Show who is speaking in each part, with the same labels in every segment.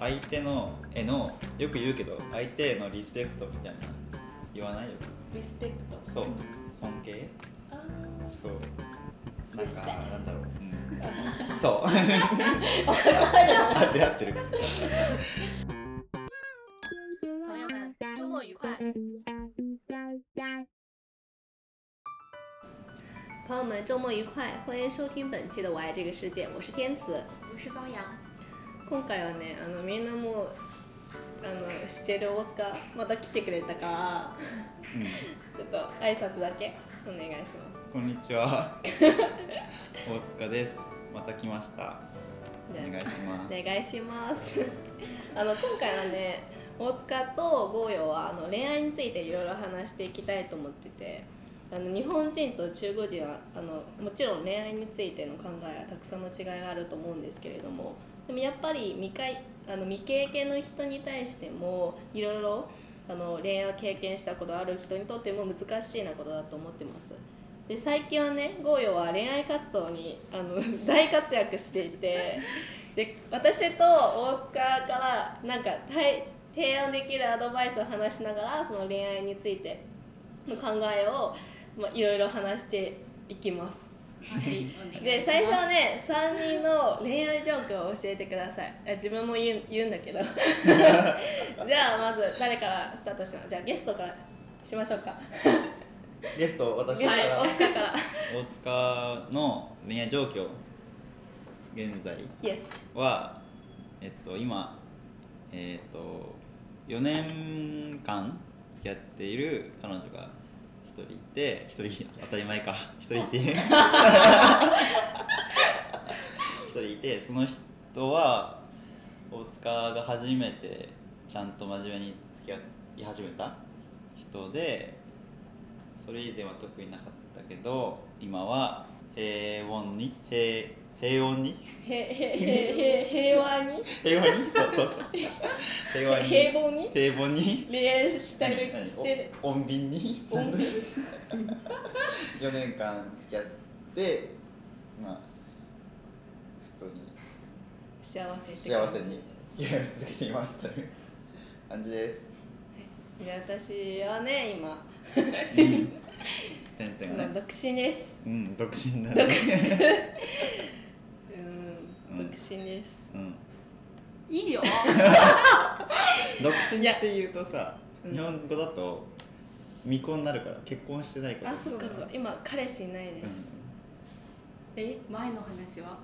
Speaker 1: 相手のへのよく言うけど相手へのリスペクトみたいな言わないよ
Speaker 2: リスペクト
Speaker 1: そう尊敬
Speaker 2: あ
Speaker 1: そうなんか
Speaker 2: Respect
Speaker 1: なんだろう、うん、そう合ってる合ってる
Speaker 2: ー朋友们周末愉快
Speaker 3: 朋友们，周末愉快！欢迎收听本期的《我爱这个世界》，我是天慈。
Speaker 2: 我是高阳
Speaker 3: 今回はね、あのみんなもうあの知ってる大塚また来てくれたから、ちょっと挨拶だけお願いします。
Speaker 1: うん、こんにちは大塚ですまた来ましたお
Speaker 3: じゃあ
Speaker 1: 願いします
Speaker 3: お願いします。 あの今回はね、大塚とゴーヨはあの恋愛についていろいろ話していきたいと思ってて、あの日本人と中国人はあのもちろん恋愛についての考えはたくさんの違いがあると思うんですけれども、でもやっぱり未開あの未経験の人に対してもいろいろあの恋愛を経験したことある人にとっても難しいなことだと思ってます。で最近はねゴーヨは恋愛活動にあの 大活躍していてで私と大塚からなんかはい提案できるアドバイスを話しながらその恋愛についての考えを、まあ、いろいろ話していきます。
Speaker 2: はいお願い
Speaker 3: で
Speaker 2: します
Speaker 3: 最初はね3人の恋愛ジョークを教えてくださいあ自分も言う言うんだけどじゃあまず誰からスタートしますじゃあゲストからしましょうか
Speaker 1: ゲスト私
Speaker 3: ゲスト
Speaker 1: から、
Speaker 3: 大塚から
Speaker 1: 大塚の恋愛状況現在
Speaker 3: イエス
Speaker 1: はえっと今えっと4年間付き合っている彼女が一人いて一人当たり前か一人いて一人いてその人は大塚が初めてちゃんと真面目に付き合い始めた人でそれ以前は特になかったけど今は平穏に平平穏に
Speaker 3: へへへへ平和に
Speaker 1: 平和にそうそうそう平和に
Speaker 3: 平凡に
Speaker 1: 平凡に
Speaker 3: 恋愛したり
Speaker 1: 何
Speaker 3: して
Speaker 1: お穏便に
Speaker 3: 穏便
Speaker 1: 4年間付き合ってまあ普通に
Speaker 3: 幸せって
Speaker 1: 幸
Speaker 3: 感じ
Speaker 1: せに付き合いを続けていますという感じです
Speaker 3: じゃあ私はね今
Speaker 1: うんてんてん
Speaker 3: 今
Speaker 1: ね
Speaker 3: 独身です
Speaker 1: うん独身だ
Speaker 3: 独
Speaker 1: ね
Speaker 3: 身
Speaker 1: う
Speaker 3: うんん独身です
Speaker 1: うん
Speaker 2: 以 上
Speaker 1: 独身っていうとさ
Speaker 3: うん
Speaker 1: 日本語だと未婚になるから結婚してないから
Speaker 3: あそっかそっか今彼氏いないです
Speaker 2: え前の話は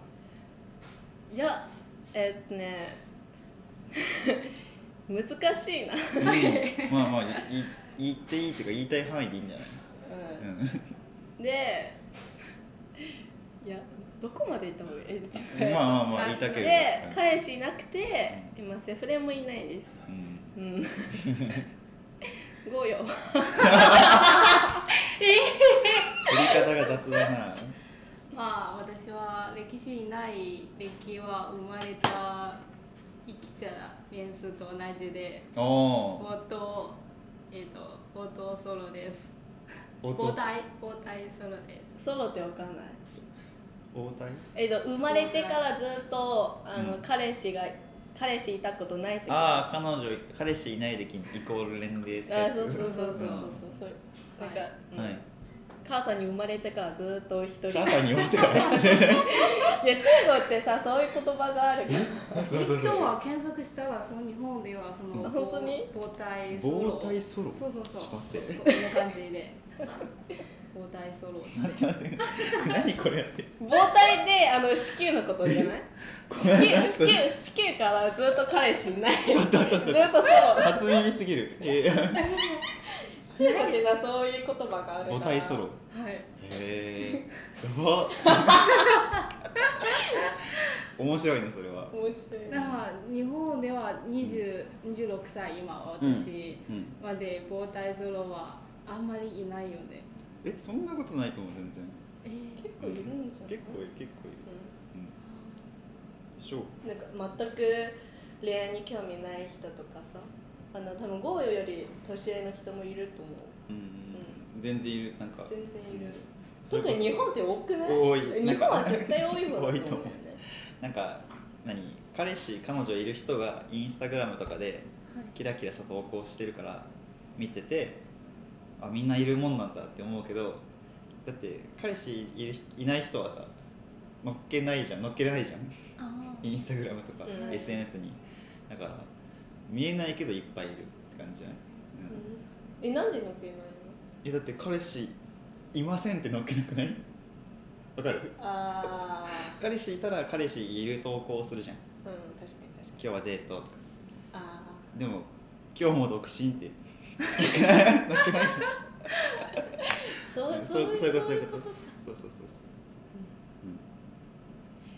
Speaker 2: い
Speaker 3: やえーっとね 難しいな、
Speaker 1: うんうんまあまあいい言っていいっていうか言いたい範囲でいいんじゃない
Speaker 3: うん、でいやどこまで行った方がいい
Speaker 1: うん
Speaker 3: え
Speaker 1: まあまあまあ
Speaker 2: あ
Speaker 1: 言いたければ
Speaker 3: で彼氏いなくて今セフレもいないです
Speaker 1: うん
Speaker 3: うん ゴーよ
Speaker 1: 振り方が雑だな
Speaker 2: まあ私は歴史にない歴は生まれた生きた年数と同じで
Speaker 1: おお
Speaker 2: 冒頭えっ、と冒頭ソロです
Speaker 1: 応
Speaker 2: 冒体冒体ソロです
Speaker 3: ソロってわかんない
Speaker 1: 応対
Speaker 3: えっと生まれてからずっとあの、
Speaker 1: うん
Speaker 3: 彼氏が彼氏いたことないってこと
Speaker 1: ああ彼女彼氏いない歴イコール年齢って
Speaker 3: あ
Speaker 1: や
Speaker 3: ー
Speaker 1: つ
Speaker 3: そうそうそうそうそうそうそう
Speaker 2: うん
Speaker 3: なんか、うん
Speaker 1: はい
Speaker 3: 母さんに生まれてからずっと一人い
Speaker 1: 母
Speaker 3: や中
Speaker 1: さんに言われてから
Speaker 3: 国ってさそういう言葉があるから
Speaker 1: そうそう
Speaker 2: 今日
Speaker 1: そ
Speaker 2: は検索したらその日本ではその
Speaker 3: あ本当に
Speaker 2: 冒体
Speaker 1: う
Speaker 2: ソロ
Speaker 1: 防体ソロ
Speaker 2: そうそうそう
Speaker 1: ちょっと待って
Speaker 2: そうこんな感じで 膨大ソロ
Speaker 1: 待って待って何これやって
Speaker 3: 膨体であの子宮のことじゃない子 宮子宮子宮からずっと彼氏いないずっとソロ
Speaker 1: 初耳すぎるえー
Speaker 3: 中国ってさそういう言葉があるから
Speaker 1: 母体ソロ
Speaker 2: はい
Speaker 1: へえや ば面白いねそれは
Speaker 3: 面白
Speaker 2: だ
Speaker 3: い
Speaker 2: から日本では20 26歳今は私
Speaker 1: うん
Speaker 2: まで膨大ソロはあんまりいないよね
Speaker 1: えそんなことないと思う全然
Speaker 2: えー
Speaker 3: 結構いるんじゃない
Speaker 1: 結構いる結構いるうんでしょう
Speaker 3: うん、なんか全く恋愛に興味ない人とかさあの多分ゴーヨより年上の人もいると思う
Speaker 1: うん全然いるなんか
Speaker 3: 全然いる
Speaker 1: それこ
Speaker 3: 特
Speaker 1: そ
Speaker 3: に日本って多くない
Speaker 1: 多い
Speaker 3: 日本は絶対多い方だと思う
Speaker 1: 多
Speaker 3: よ
Speaker 1: い
Speaker 3: ね
Speaker 1: と思うなんか何彼氏彼女いる人がインスタグラムとかでキラキラした投稿してるから見ててあみんないるもんなんだって思うけどだって彼氏いるいない人はさ乗っけないじゃん乗っけれない じゃん
Speaker 2: あー
Speaker 1: インスタグラムとか、
Speaker 3: うん
Speaker 1: SNS にだから見えないけどいっぱいいるって感じじゃない、うん
Speaker 3: えなんで乗っけないの
Speaker 1: えだって彼氏いませんって乗っけなくないわかる
Speaker 3: ああ
Speaker 1: 彼氏いたら彼氏いる投稿するじゃん
Speaker 3: うん確かに確かに
Speaker 1: 今日はデートとか
Speaker 3: あ
Speaker 1: でも今日も独身って
Speaker 3: あそう
Speaker 1: うん
Speaker 3: そう
Speaker 1: そう
Speaker 3: い
Speaker 1: いうう
Speaker 3: そ
Speaker 1: ことそ
Speaker 3: う
Speaker 1: う
Speaker 3: い
Speaker 1: いうう
Speaker 3: こ
Speaker 1: ことと
Speaker 3: か
Speaker 1: そうそうそう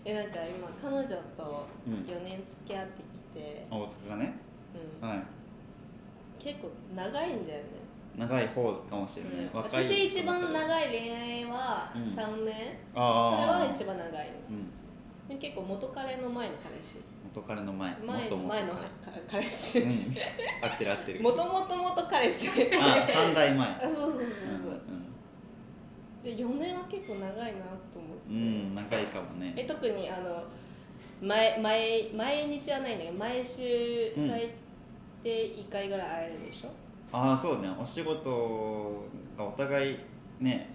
Speaker 3: えなんか今彼女と
Speaker 1: うん
Speaker 3: 4年付き合ってきて、
Speaker 1: そう、うん、大塚がね
Speaker 3: うん
Speaker 1: はい
Speaker 3: 結構長いんだよね、
Speaker 1: 長い方かもしれない、
Speaker 3: うん
Speaker 1: 若い
Speaker 3: 私一番
Speaker 1: いあ
Speaker 3: 長い恋愛は
Speaker 1: うん
Speaker 3: 3年、それ
Speaker 1: あ
Speaker 3: は一番長いの
Speaker 1: うん
Speaker 3: で結構元彼の前の彼氏
Speaker 1: 元彼の前
Speaker 3: 前
Speaker 1: 元
Speaker 3: の
Speaker 1: 々
Speaker 3: 前の彼
Speaker 1: う
Speaker 3: 氏
Speaker 1: ん合ってる合ってる
Speaker 3: もともと元彼氏
Speaker 1: あ三代
Speaker 3: あ
Speaker 1: 前
Speaker 3: そうそうそうそ
Speaker 1: う
Speaker 3: う、で4年は結構長いなと思って、
Speaker 1: ん、うんうん、長いかも
Speaker 3: え
Speaker 1: ね
Speaker 3: 特にあの毎毎毎日はないんだけど毎週
Speaker 1: うん
Speaker 3: 最低1回ぐらい会えるでしょ、
Speaker 1: ああそうねお仕事がお互いね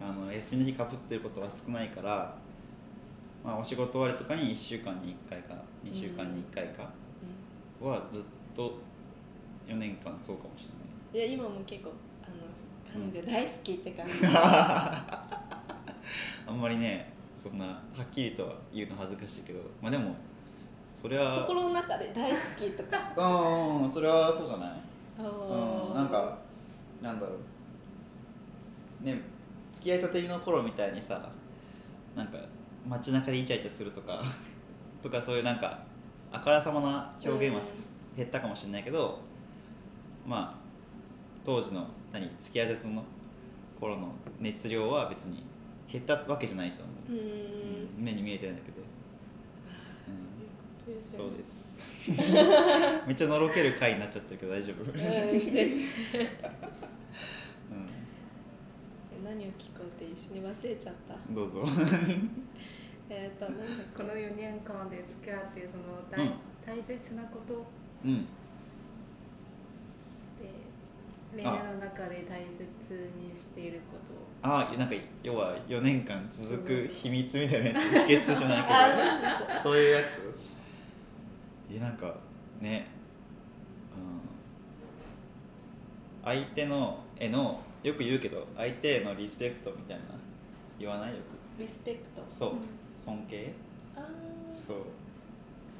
Speaker 3: うん
Speaker 1: あの休みの日かぶってることが少ないから、まあ、お仕事終わりとかに1週間に1回か2週間に1回かはずっと4年間そうかもし
Speaker 3: いや今も結構あの彼女大好きって感じ、
Speaker 1: れないあんまりねそんなはっきりとは言うの恥ずかしいけどまあでもそれは
Speaker 3: 心の中で大好きとか
Speaker 1: うんそれは そうじゃないう
Speaker 3: あ
Speaker 1: ん
Speaker 3: ー
Speaker 1: なんかなんだろうね付き合いたての頃みたいにさなんか街中でイチャイチャするとか とかそういうなんかあからさまな表現はす減ったかもしれないけどまあ当時の何付き合いたての頃の熱量は別に減ったわけじゃないと思
Speaker 3: うーん
Speaker 1: う、うん目に見えてないだけで、
Speaker 3: ということ
Speaker 1: うん、
Speaker 3: です
Speaker 1: そ
Speaker 3: よ
Speaker 1: う
Speaker 3: ね
Speaker 1: です めっちゃのろける回になっちゃってるけど大丈夫、
Speaker 3: うんで
Speaker 1: う
Speaker 3: 何を聞こうって一緒に忘れちゃった
Speaker 1: ん、どうぞ。
Speaker 3: え っ、となんだっけ
Speaker 2: この4年間で付き合ってその
Speaker 1: う
Speaker 2: 大,、
Speaker 1: ん
Speaker 2: 大切なことっ
Speaker 1: うん、
Speaker 2: て恋愛の中で大切にしていること
Speaker 1: ああ、なんか要は4年間続く秘密みたいなやつ、秘訣じゃない
Speaker 3: あ
Speaker 1: けど、そういうやつ。え、なんかね、うん、相手のへのよく言うけど、相手へのリスペクトみたいな言わないよ
Speaker 3: リスペクト
Speaker 1: く。そう、
Speaker 2: うん
Speaker 1: 尊敬。
Speaker 3: あー
Speaker 1: そう。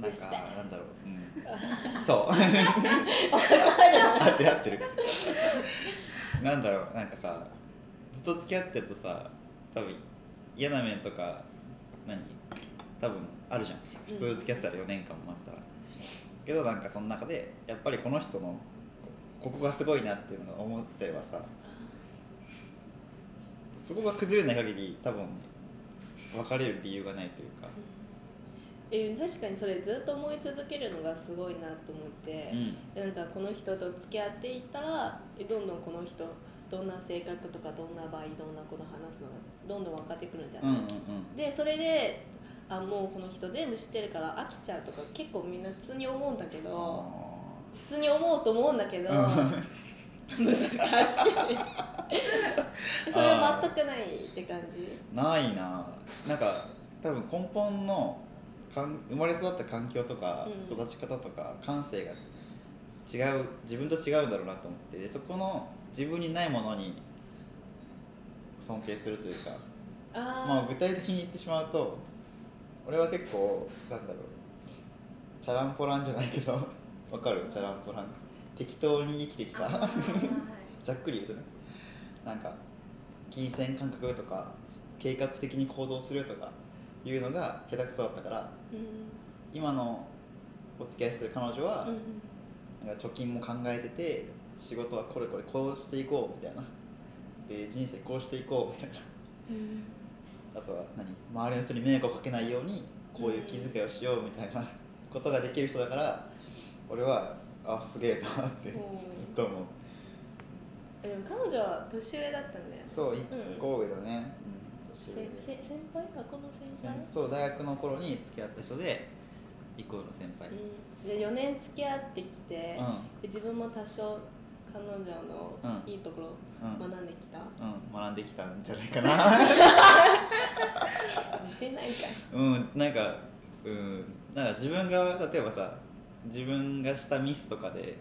Speaker 1: なん
Speaker 3: リス
Speaker 1: か
Speaker 3: ペ
Speaker 1: なんだろう、 うん、そう 合ってる合ってるなんだろうなんかさずっと付き合ってるとさ多分嫌な面とか何多分あるじゃん普通付き合ってたら4年間もあったら、けどなんかその中でやっぱりこの人のこここがすごいなっていうのが思ってればさそこが崩れない限り多分ね別れる理由がないというか
Speaker 3: え確かにそれずっと思い続けるのがすごいなと思って
Speaker 1: う、ん
Speaker 3: なんかこの人と付き合っていったらえどんどんこの人どんな性格とかどんな場合どんなこと話すのがどんどん分かってくるんじゃ
Speaker 1: うん
Speaker 3: な
Speaker 1: う
Speaker 3: い、
Speaker 1: ん
Speaker 3: でそれであもうこの人全部知ってるから飽きちゃうとか結構みんな普通に思うんだけ
Speaker 1: うん
Speaker 3: ど
Speaker 1: あ
Speaker 3: 普通に思うと思うんだけど
Speaker 1: ーうん
Speaker 3: 難しいそれは全くないって感じ
Speaker 1: ないななんか多分根本のかん生まれ育った環境とか
Speaker 3: うん
Speaker 1: 育ち方とか感性が違う自分と違うんだろうなと思ってでそこの自分にないものに尊敬するというかまあ
Speaker 3: あ
Speaker 1: 具体的に言ってしまうと俺は結構なんだろうチャランポランじゃないけどわかるチャランポラン適当に生きてき
Speaker 2: あー
Speaker 1: たざっくり言うとねなんか金銭感覚とか計画的に行動するとかいうのが下手くそだったから
Speaker 3: ー、
Speaker 1: 今のお付き合いする彼女は
Speaker 3: うん、うん
Speaker 1: なんか貯金も考えてて仕事はこれこれこうしていこうみたいなで人生こうしていこうみたいな
Speaker 3: うん
Speaker 1: あとは何周りの人に迷惑をかけないようにこういう気遣いをしようみたいなことができる人だから俺はあすげえなってずっ
Speaker 3: で
Speaker 1: と思う
Speaker 3: も彼女は年上だったんだよ
Speaker 1: そう一個上だね、うん
Speaker 3: せ
Speaker 1: 年上で
Speaker 3: せ先輩学校の先
Speaker 1: 先
Speaker 3: 輩
Speaker 1: そう大学の頃に付き合った人で一個上の先輩うん
Speaker 3: うんで4年付き合ってきて、で自分も多少彼女の
Speaker 1: うん
Speaker 3: いいところ
Speaker 1: うん、
Speaker 3: 学んできた、
Speaker 1: うん、学んできたんじゃないかな
Speaker 3: 自信ないんかい
Speaker 1: うんなんかうんなんか自分が例えばさ自分がしたミスとかで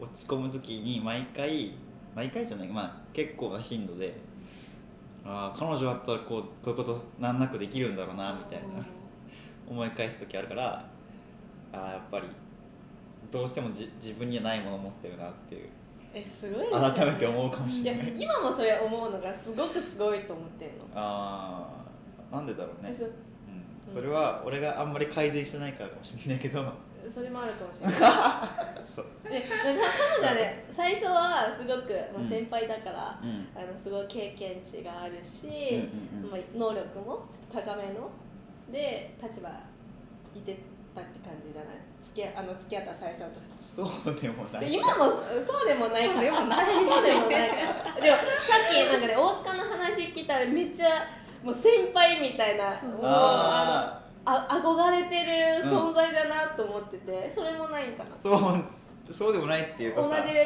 Speaker 1: 落ち込む時に毎回毎回じゃないまあ結構な頻度でああ彼女だったらこうこういうこと難なくできるんだろうなみたいな思い返す時あるからあーやっぱりどうしてもじ自分にはないものを持ってるなっていう
Speaker 3: えすごいですよね
Speaker 1: 改めて思うかもし
Speaker 3: い
Speaker 1: れ
Speaker 3: や
Speaker 1: ない
Speaker 3: 今もそれ思うのがすごくすごいと思ってんの、
Speaker 1: あーなんでだろうね
Speaker 3: え、そ
Speaker 1: うん、それは俺があんまり改善してないからかもしれないけど
Speaker 3: それもあるかもしれ ない
Speaker 1: そう、
Speaker 3: で彼女はね最初はすごく、ま
Speaker 1: う
Speaker 3: あ、
Speaker 1: ん
Speaker 3: 先輩だから、
Speaker 1: うん、
Speaker 3: あのすごい経験値があるし、
Speaker 1: うんうんうん
Speaker 3: まあ、能力もちょっと高めので立場いてたって感じじゃない付き合あの付き合った最初の時
Speaker 1: そうでもな
Speaker 3: で
Speaker 1: い
Speaker 3: 今もそうでもないから
Speaker 2: そうでもない
Speaker 3: そうでもないからでもさっきなんかね大塚の話聞いたらめっちゃもう先輩みたいな
Speaker 2: そうそ
Speaker 3: も
Speaker 2: う
Speaker 3: うあ
Speaker 1: あ
Speaker 3: のあ憧れてる
Speaker 1: うん
Speaker 3: 存在だなと思ってて、それもないんかな
Speaker 1: ーそうそうでもないっていう
Speaker 3: 同
Speaker 1: とさ
Speaker 3: じレ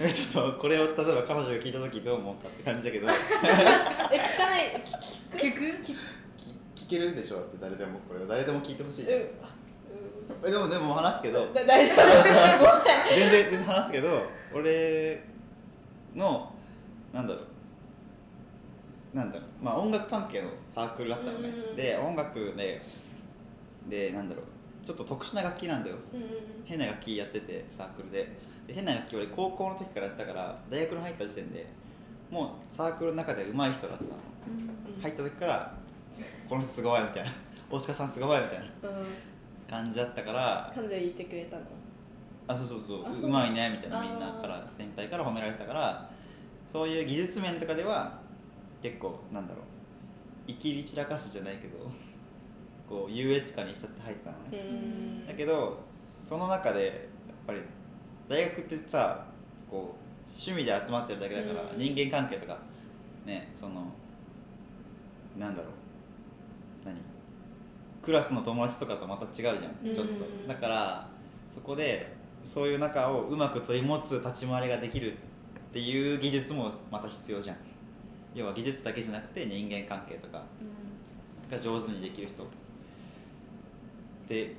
Speaker 3: ベルえ
Speaker 1: ちょっとこれを例えば彼女が聞いた時どう思うかって感じだけど
Speaker 3: 聞かない聞
Speaker 2: 聞く
Speaker 1: き聞けるでしょだって誰でもこれを誰でも聞いてほしいじゃん
Speaker 3: うん
Speaker 1: えでもでも話すけど
Speaker 3: うん だ大丈夫です
Speaker 1: 全然全然話すけど俺のなんだろうなんだろうまあ音楽関係のサークルだったのね、
Speaker 3: うんうんうん
Speaker 1: で音楽ででなんだろうちょっと特殊な楽器なんだよ
Speaker 3: うん
Speaker 1: 変な楽器やっててサークルでで変な楽器俺高校の時からやったから大学に入った時点でもうサークルの中で上手い人だったの入った時からこの人すごいみたいな大塚さんすごいみたいな
Speaker 3: うん
Speaker 1: 感じだったから
Speaker 3: 彼女言ってくれたの
Speaker 1: あそうそうそう
Speaker 3: あそう
Speaker 1: うまいねみたいな
Speaker 3: あー
Speaker 1: みんなから先輩から褒められたからそういう技術面とかでは結構なんだろう生きり散らかすじゃないけどこう優越感に浸って入ったのね、
Speaker 3: ん
Speaker 1: だけどその中でやっぱり大学ってさこう趣味で集まってるだけだから、
Speaker 3: うん
Speaker 1: 人間関係とかねそのなんだろう何クラスの友達とかとまた違うじゃんちょっと、
Speaker 3: うん
Speaker 1: だからそこでそういう中をうまく取り持つ立ち回りができるっていう技術もまた必要じゃん要は技術だけじゃなくて人間関係とかが上手にできる人で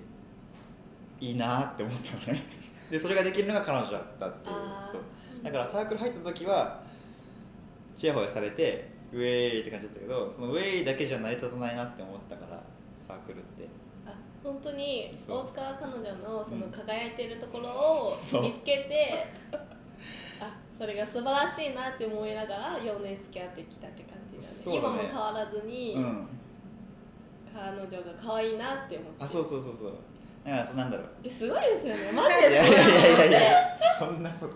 Speaker 1: いいなって思ったのね でそれができるのが彼女だったっていう
Speaker 3: あー
Speaker 1: そうだからサークル入った時はチヤホヤされてウェーイって感じだったけどそのウェーイだけじゃ成り立たないなって思ったからサークルって
Speaker 3: あ本当に
Speaker 1: そう
Speaker 3: 大塚は彼女のその
Speaker 1: うん
Speaker 3: 輝いてるところを
Speaker 1: そう
Speaker 3: 見つけて、あそれが素晴らしいなって思いながら4年付き合ってきたって感じだね
Speaker 1: そうだね
Speaker 3: 今も変わらずに、
Speaker 1: うん
Speaker 3: 彼女が可愛いなって思って
Speaker 1: あそうそうそうそうだからそうなんだろう
Speaker 3: えすごいですよねマジ
Speaker 1: い
Speaker 3: で
Speaker 1: やい
Speaker 3: すごい
Speaker 1: やいやいやいやそんなこと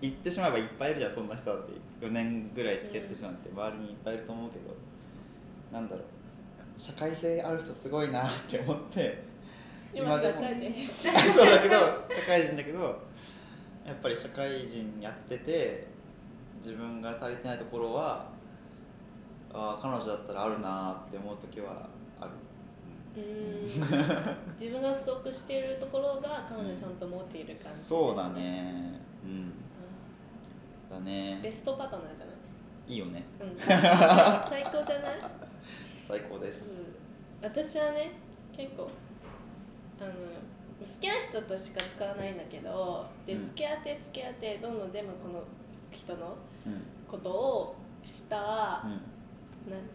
Speaker 1: 言ってしまえばいっぱいいるじゃんそんな人だって4年ぐらい付き合ってる人なんて周りにいっぱいいると思うけどなんだろう社会性ある人すごいなって思って
Speaker 3: 今
Speaker 1: で
Speaker 3: 社会人でし
Speaker 1: そうだけど社会人だけどやっぱり社会人やってて自分が足りてないところはああ彼女だったらあるなって思う時はある、
Speaker 3: うーん自分が不足しているところが彼女ちゃんと持っている感じ、
Speaker 1: そうだねうん
Speaker 3: う
Speaker 1: だ
Speaker 3: んベ
Speaker 1: ね
Speaker 3: ストパートナーじゃない
Speaker 1: いいよね
Speaker 3: うん最高じゃない
Speaker 1: 最高です、
Speaker 3: うん私はね結構あの好きな人としか使わないんだけどで
Speaker 1: うん
Speaker 3: 付き合って付き合ってどんどん全部この人の
Speaker 1: うん
Speaker 3: ことをしたら、
Speaker 1: うん
Speaker 3: なんで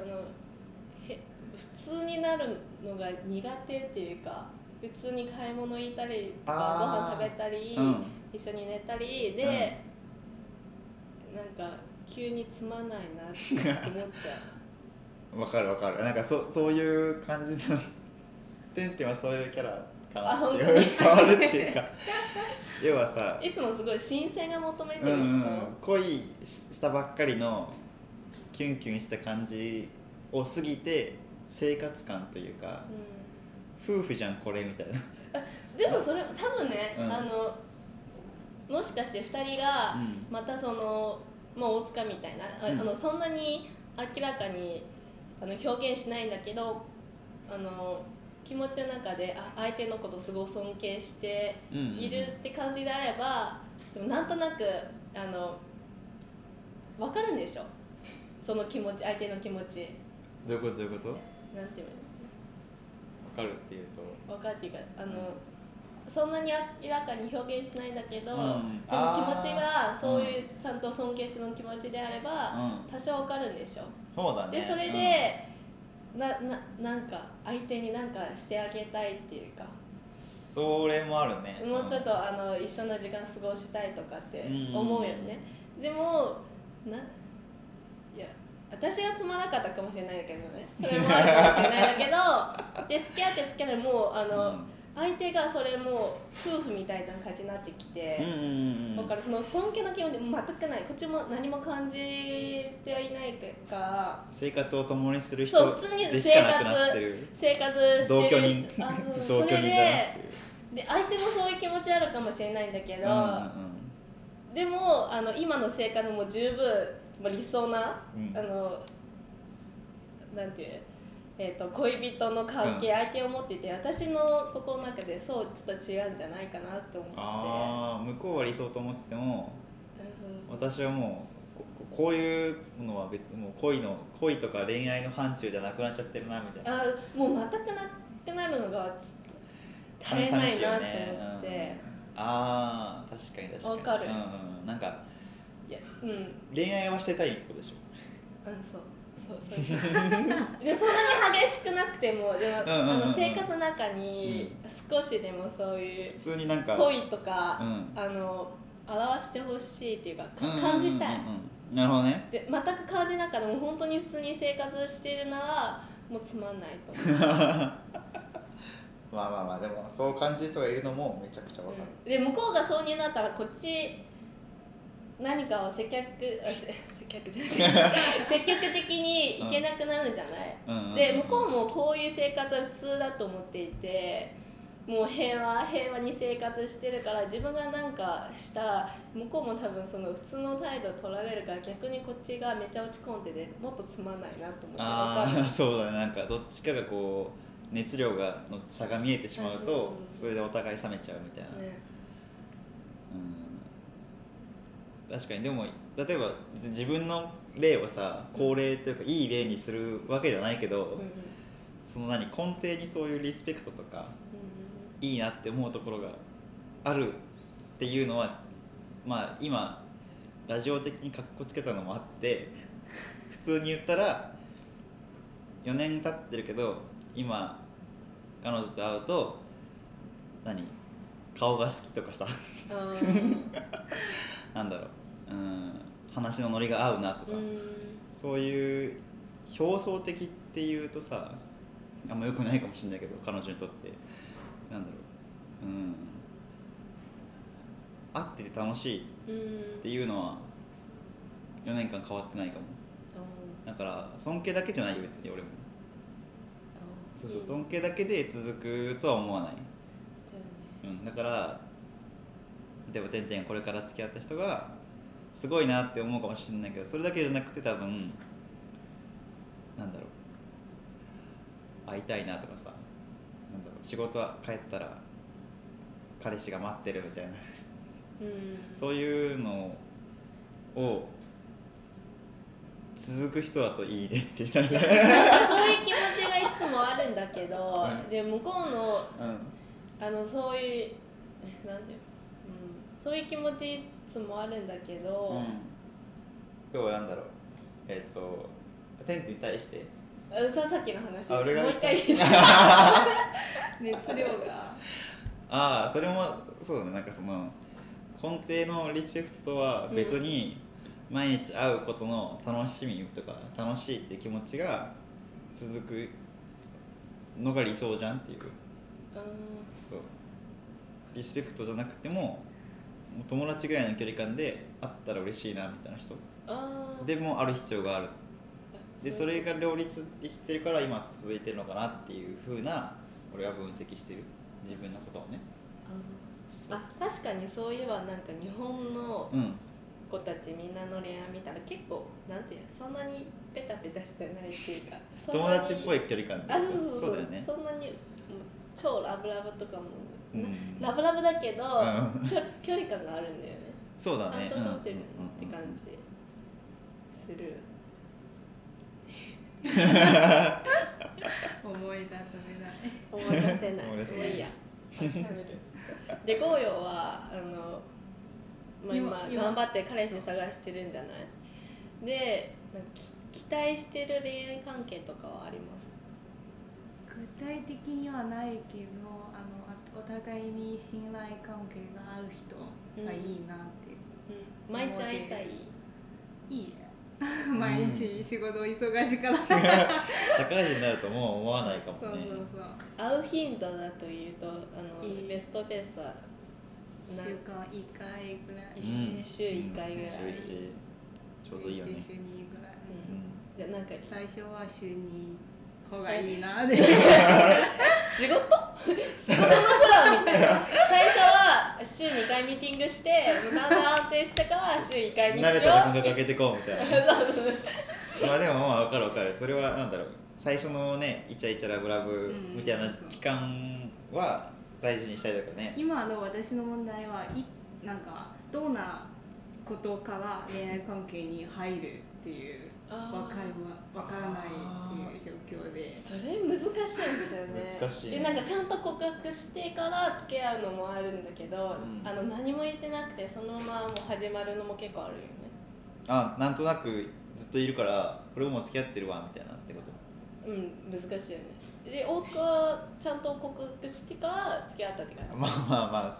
Speaker 3: あのへ普通になるのが苦手っていうか普通に買い物行ったりとか
Speaker 1: あー
Speaker 3: ご飯食べたり、
Speaker 1: うん
Speaker 3: 一緒に寝たりで、なんか急につまんないなって思っちゃう。
Speaker 1: わかるわかるなんかそそういう感じのてんてんはそういうキャラかなっていう伝わるっていうか 要はさ、
Speaker 3: いつもすごい新鮮が求めて
Speaker 1: うんう
Speaker 3: る人、
Speaker 1: ん、恋ししたばっかりのキュンキュンした感じを過ぎて生活感というか
Speaker 3: う
Speaker 1: 夫婦じゃんこれみたいな、
Speaker 3: んでもそれ多分ね、
Speaker 1: うん
Speaker 3: あのもしかして2人が
Speaker 1: うん
Speaker 3: またその、まあ、大塚みたいなあ,、
Speaker 1: うん
Speaker 3: あのそんなに明らかにあの表現しないんだけどあの気持ちの中であ相手のことすごい尊敬して
Speaker 1: うんうんうん
Speaker 3: いるって感じであればでもなんとなくあの分かるんでしょその気持ち相手の気持ち
Speaker 1: どういうことどういうことわ
Speaker 3: なんていう
Speaker 1: かるっていうと
Speaker 3: の分かるっていうかあのそんなに明らかに表現しないんだけ
Speaker 1: うん
Speaker 3: ど、でも気持
Speaker 1: あー
Speaker 3: ちがそういうちゃんと尊敬する気持ちであれば、
Speaker 1: うん
Speaker 3: 多少分かるんでしょ
Speaker 1: そうだね
Speaker 3: でそれ
Speaker 1: うん
Speaker 3: で、なななんか相手になんかしてあげたいっていうか
Speaker 1: それもあるね
Speaker 3: もうちょっとあの一緒の時間過ごしたいとかって
Speaker 1: うん
Speaker 3: 思うよね、でもないや私がつまらなかったかもしれないけどねそれもあるかもしれない んだけどで付き合って付き合ってもうあ
Speaker 1: うん
Speaker 3: の、相手がそれもう夫婦みたいな感じになってきて、
Speaker 1: うんうんうん
Speaker 3: だからその尊敬の気持ち全くないこっちも何も感じてはいないから
Speaker 1: 生活を共にする
Speaker 3: そ
Speaker 1: 人
Speaker 3: う普通に
Speaker 1: でしかなくなってる
Speaker 3: 生活し
Speaker 1: 同
Speaker 3: て
Speaker 1: 居
Speaker 3: る
Speaker 1: 人
Speaker 3: 人あそう
Speaker 1: 同居人だなっ
Speaker 3: そ
Speaker 1: てい
Speaker 3: れ
Speaker 1: う
Speaker 3: でで相手もそういう気持ちあるかもしれないんだけど、でもあの今の生活も十分まあ理想な、
Speaker 1: うん
Speaker 3: あのなんていう、えー、と恋人の関
Speaker 1: う
Speaker 3: 係、
Speaker 1: ん
Speaker 3: 相手を持ってて私の心の中でそうちょっと違うんじゃないかなって思って
Speaker 1: ああ向こうは理想と思ってても
Speaker 3: うんそう
Speaker 1: 私はもうこここういうのは別もう恋の恋とか恋愛の範疇じゃなくなっちゃってるなみたいな
Speaker 3: あもう全くなくなるのがちょっと耐えないなって思って、
Speaker 1: ああ確かに確かに
Speaker 3: わかる
Speaker 1: うんうん、なんか
Speaker 3: いやうん
Speaker 1: 恋愛はしてたいってことでしょ
Speaker 3: うん、そうそうそういうこと でそんなに激しくなくてもでも、
Speaker 1: うんうんうんうん
Speaker 3: あの生活の中に少しでもそういう
Speaker 1: 普通になんか
Speaker 3: 恋とか、
Speaker 1: うん
Speaker 3: あの表してほしいっていうかか
Speaker 1: うんうんうんうん
Speaker 3: 感じたい、
Speaker 1: なるほどね
Speaker 3: で全く感じなくても本当に普通に生活しているならもうつまんないと思う、
Speaker 1: まあまあまあでもそう感じる人がいるのもめちゃくちゃわかる、
Speaker 3: で向こうがそうになったらこっち何かを接客あせ接客じゃない 積極的にいけなくなるんじゃない、
Speaker 1: うんうんうん
Speaker 3: で向こうもこういう生活は普通だと思っていてもう平和平和に生活してるから自分が何かしたら向こうも多分その普通の態度を取られるから逆にこっちがめっちゃ落ち込んでてもっとつまんないなと思って
Speaker 1: あ
Speaker 3: 分か
Speaker 1: あ
Speaker 3: る
Speaker 1: そうだねなんかどっちかがこう熱量がの差が見えてしまう
Speaker 3: そ
Speaker 1: と
Speaker 3: うそうそう
Speaker 1: それでお互い冷めちゃうみたいな、
Speaker 3: ね
Speaker 1: うん確かにでも例えば別に自分の例をさ高齢というかいい例にするわけじゃないけど、
Speaker 3: うんうんうん
Speaker 1: その何根底にそういうリスペクトとかいいなって思うところがあるっていうのはまあ今ラジオ的にかっこつけたのもあっ て普通に言ったら4年経ってるけど今彼女と会うと何顔が好きとかさ
Speaker 3: あ
Speaker 1: なんだろううん話のノリが合うなと
Speaker 3: ー
Speaker 1: か、
Speaker 3: うん
Speaker 1: そういう表層的っていうとさあんまよくないかもしれないけど彼女にとってなんだろううん会ってて楽しい
Speaker 3: うん
Speaker 1: っていうのは4年間変わってないかも
Speaker 3: あー
Speaker 1: だから尊敬だけじゃないよ別に俺も
Speaker 3: あー
Speaker 1: そうそう
Speaker 3: いいね
Speaker 1: 尊敬だけで続くとは思わない、
Speaker 3: だよね
Speaker 1: うん、だから例えばてんてんがこれから付き合った人がすごいなって思うかもしれないけどそれだけじゃなくて多分なんだろう会いたいなとかさなんだろう仕事は帰ったら彼氏が待ってるみたいな
Speaker 3: うん
Speaker 1: そういうのを続く人だといいねって言ったね、
Speaker 3: そういう気持ちがいつもあるんだけど、
Speaker 1: うん
Speaker 3: で向こうの
Speaker 1: うん、
Speaker 3: あのそういうえなんていうの、うん、そういう気持ちいつもあるんだけど、
Speaker 1: うん今日はなんだろうえっ、とテントに対して
Speaker 3: あささっきの話
Speaker 1: あ俺が
Speaker 3: もう一回 言って熱量が
Speaker 1: ああそれもそうだねなんかその根底のリスペクトとは別に毎日会うことの楽しみとか楽しいって気持ちが続くのが理想じゃんっていう
Speaker 3: うん
Speaker 1: そうリスペクトじゃなくてももう友達ぐらいの距離感で会ったら嬉しいなみたいな人
Speaker 3: あー
Speaker 1: でもある必要があるで
Speaker 3: あ
Speaker 1: それが両立できてるから今続いてるのかなっていうふうな俺は分析してる自分のことをね
Speaker 3: あ確かにそういえばなんか日本の
Speaker 1: うん
Speaker 3: 子たちみんなの恋愛見たら結構なんていうのそんなにペタペタしてないっていうかそん
Speaker 1: 友
Speaker 3: なに
Speaker 1: 達っぽい距離感
Speaker 3: あそうそうそう
Speaker 1: だよね
Speaker 3: そんなにもう超ラブラブとかも、
Speaker 1: うん
Speaker 3: ラブラブだけど、
Speaker 1: うん
Speaker 3: 距距離感があるんだよね
Speaker 1: そう
Speaker 3: ち
Speaker 1: だ
Speaker 3: ゃん
Speaker 1: ね
Speaker 3: と撮ってる
Speaker 1: うん
Speaker 3: って感じする
Speaker 2: 思い出されない
Speaker 3: 思い出せな い
Speaker 1: 思い出せない
Speaker 3: もういいや
Speaker 2: 食べる
Speaker 3: でゴーヨはあの、まあ、今
Speaker 2: 今今
Speaker 3: 頑張って彼氏探してるんじゃないでなんかき期待してる恋愛関係とかはあります
Speaker 2: 具体的にはないけどあのあお互いに信頼関係がある人がいいなって、
Speaker 3: うん毎日会いたい
Speaker 2: いいね 毎日仕事忙しいから、そう
Speaker 1: 社会人になるともう思わないかも
Speaker 2: そう
Speaker 1: ね
Speaker 2: そう
Speaker 3: 会う頻度だというとあの
Speaker 2: いい
Speaker 3: ベストペースは
Speaker 2: 1週間1回ぐらい、
Speaker 1: ん
Speaker 3: 週週1回ぐらい、
Speaker 1: 週一ちょうどいいよね
Speaker 2: 週1週2ぐらい、
Speaker 3: うんじゃあなんか
Speaker 2: 最初は週2方がいいなって
Speaker 3: 仕事仕事のプランみたい な最初は週2回ミーティングしてだんだん安定してから週1回
Speaker 1: うん
Speaker 3: にしよ
Speaker 1: 慣れ
Speaker 3: う
Speaker 1: たら感覚かけてこうみたいな ね
Speaker 3: そうそうそう
Speaker 1: まあでもまあ分かる分かるそれはなんだろう最初のねイチャイチャラブラブみたいな
Speaker 2: うんそう
Speaker 1: 期間は大事にしたいとかね
Speaker 2: 今の私の問題はいなんかどんなことから恋愛関係に入るっていうわかるわわからないっていう状況で
Speaker 3: それ難しいんですよね
Speaker 1: 難しいね
Speaker 3: でなんかちゃんと告白してから付き合うのもあるんだけど、
Speaker 1: ん
Speaker 3: あの何も言ってなくてそのままもう始まるのも結構あるよね
Speaker 1: あなんとなくずっといるからこれもう付き合ってるわみたいなってこと
Speaker 3: うん難しいよねで大塚はちゃんと告白してから付き合ったって感じ
Speaker 1: まあまあまあ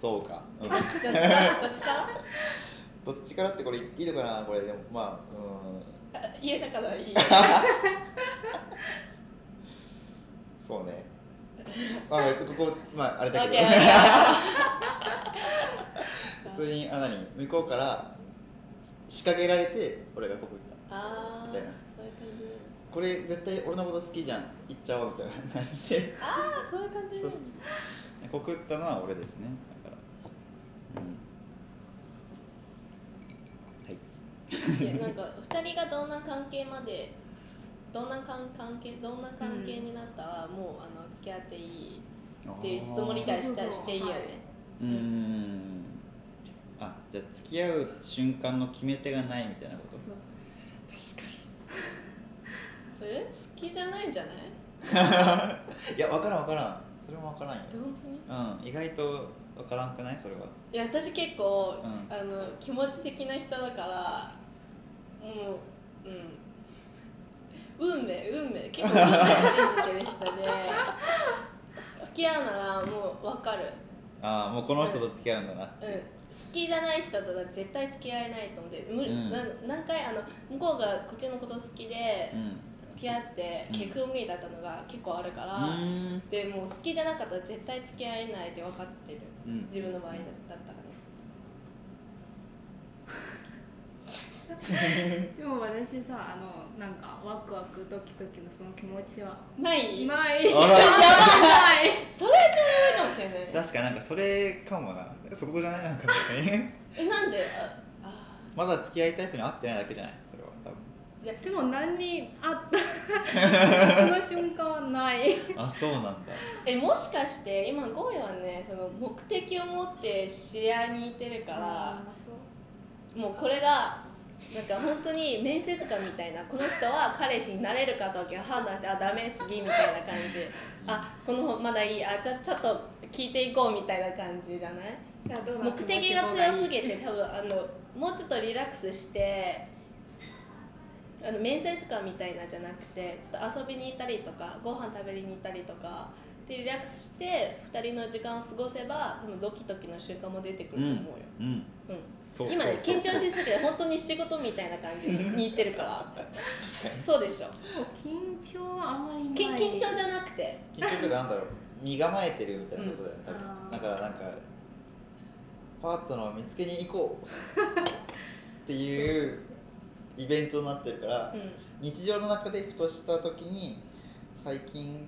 Speaker 1: そうか、うん
Speaker 3: どっちからどっちから
Speaker 1: どっちからってこれ言っていいのかなこれでもまあうん
Speaker 3: あ言えたか らいい
Speaker 1: そうねまあ別にここまああれだ けど
Speaker 3: OK
Speaker 1: 普通にあ何向こうから仕掛けられて俺がここ行った
Speaker 3: ああ
Speaker 1: み
Speaker 3: そう
Speaker 1: たい
Speaker 3: い
Speaker 1: うな
Speaker 3: 感じ
Speaker 1: これ絶対俺のこと好きじゃん行っちゃおうみたいな感じで
Speaker 3: あそういう感じ
Speaker 1: そうそうそう告ったのは俺ですねだからうんはい
Speaker 3: いやなんか二人がどんな関係までどんな関関係どんな関係になったら、もうあの付き合っていいっていう質問に対して
Speaker 2: あー
Speaker 3: していいよね
Speaker 1: うーんあじゃあ付き合う瞬間の決め手がないみたいなこと
Speaker 2: そう
Speaker 1: 確
Speaker 3: それ好きじゃないんじゃない
Speaker 1: かにいや分からん分からんそれも分からんよ
Speaker 3: 本当
Speaker 1: うん
Speaker 3: に
Speaker 1: 意外と分からんくないそれはい
Speaker 3: や私結構、
Speaker 1: うん
Speaker 3: あの気持ち的な人だからもううん運命運命結構運命信じてる人で付き合うならもう分かる
Speaker 1: ああもうこの人と付き合うんだな
Speaker 3: うん、好きじゃない人とは絶対付き合えないと思って無理、
Speaker 1: うん
Speaker 3: な何回あの向こうがこっちのこと好きで
Speaker 1: うん
Speaker 3: 付き合って
Speaker 1: うん
Speaker 3: 結婚無理だったのが結構あるから、
Speaker 1: う
Speaker 3: でもう好きじゃなかったら絶対付き合えないって分かってる
Speaker 1: ーんうん
Speaker 3: 自分の場合だったらね
Speaker 2: でも私さあのなんかワクワクドキドキのその気持ちは
Speaker 3: ない
Speaker 2: ない
Speaker 1: あら
Speaker 3: やばい それじゃないかもしれない
Speaker 1: 確かなんかそれかもなそこじゃないなんかね
Speaker 3: えなんでああ
Speaker 1: まだ付き合いたい人に会ってないだけじゃないそれは多
Speaker 3: じゃ
Speaker 2: でも何にあったその瞬間はない
Speaker 1: 分あそうなんだ
Speaker 3: えもしかして今ゴーヤはねその目的を持って知り合いにいてるから、もうこれがなんか本当に面接官みたいなこの人は彼氏になれるかどうか判断してあダメ次みたいな感じあこのまだいいあちょちょっと聞いていこうみたいな感じじゃない
Speaker 2: じゃあどうな
Speaker 3: 目
Speaker 2: 気持
Speaker 3: 的
Speaker 2: ち
Speaker 3: が
Speaker 2: の方いい
Speaker 3: 強すぎて多分あのもうちょっとリラックスしてあの面接官みたいなじゃなくてちょっと遊びに行ったりとかご飯食べに行ったりとかでリラックスして2人の時間を過ごせば多分ドキドキの瞬間も出てくると思うよ、
Speaker 1: うん
Speaker 3: うん
Speaker 1: そう
Speaker 3: 今ね
Speaker 1: そうそ
Speaker 3: 緊
Speaker 1: う
Speaker 3: 張しすぎて本当に仕事みたいな感じにいってるからそうでしょ
Speaker 2: 緊張はあんまりない
Speaker 3: き緊張じゃなくて
Speaker 1: 緊張とかなんだろう身構えてるみたいなことだよね、
Speaker 2: うん
Speaker 1: 多分
Speaker 2: あー
Speaker 1: だからなんかパートナーを見つけに行こう っていうイベントになってるから、
Speaker 3: う
Speaker 1: 日常の中でふとした時に最近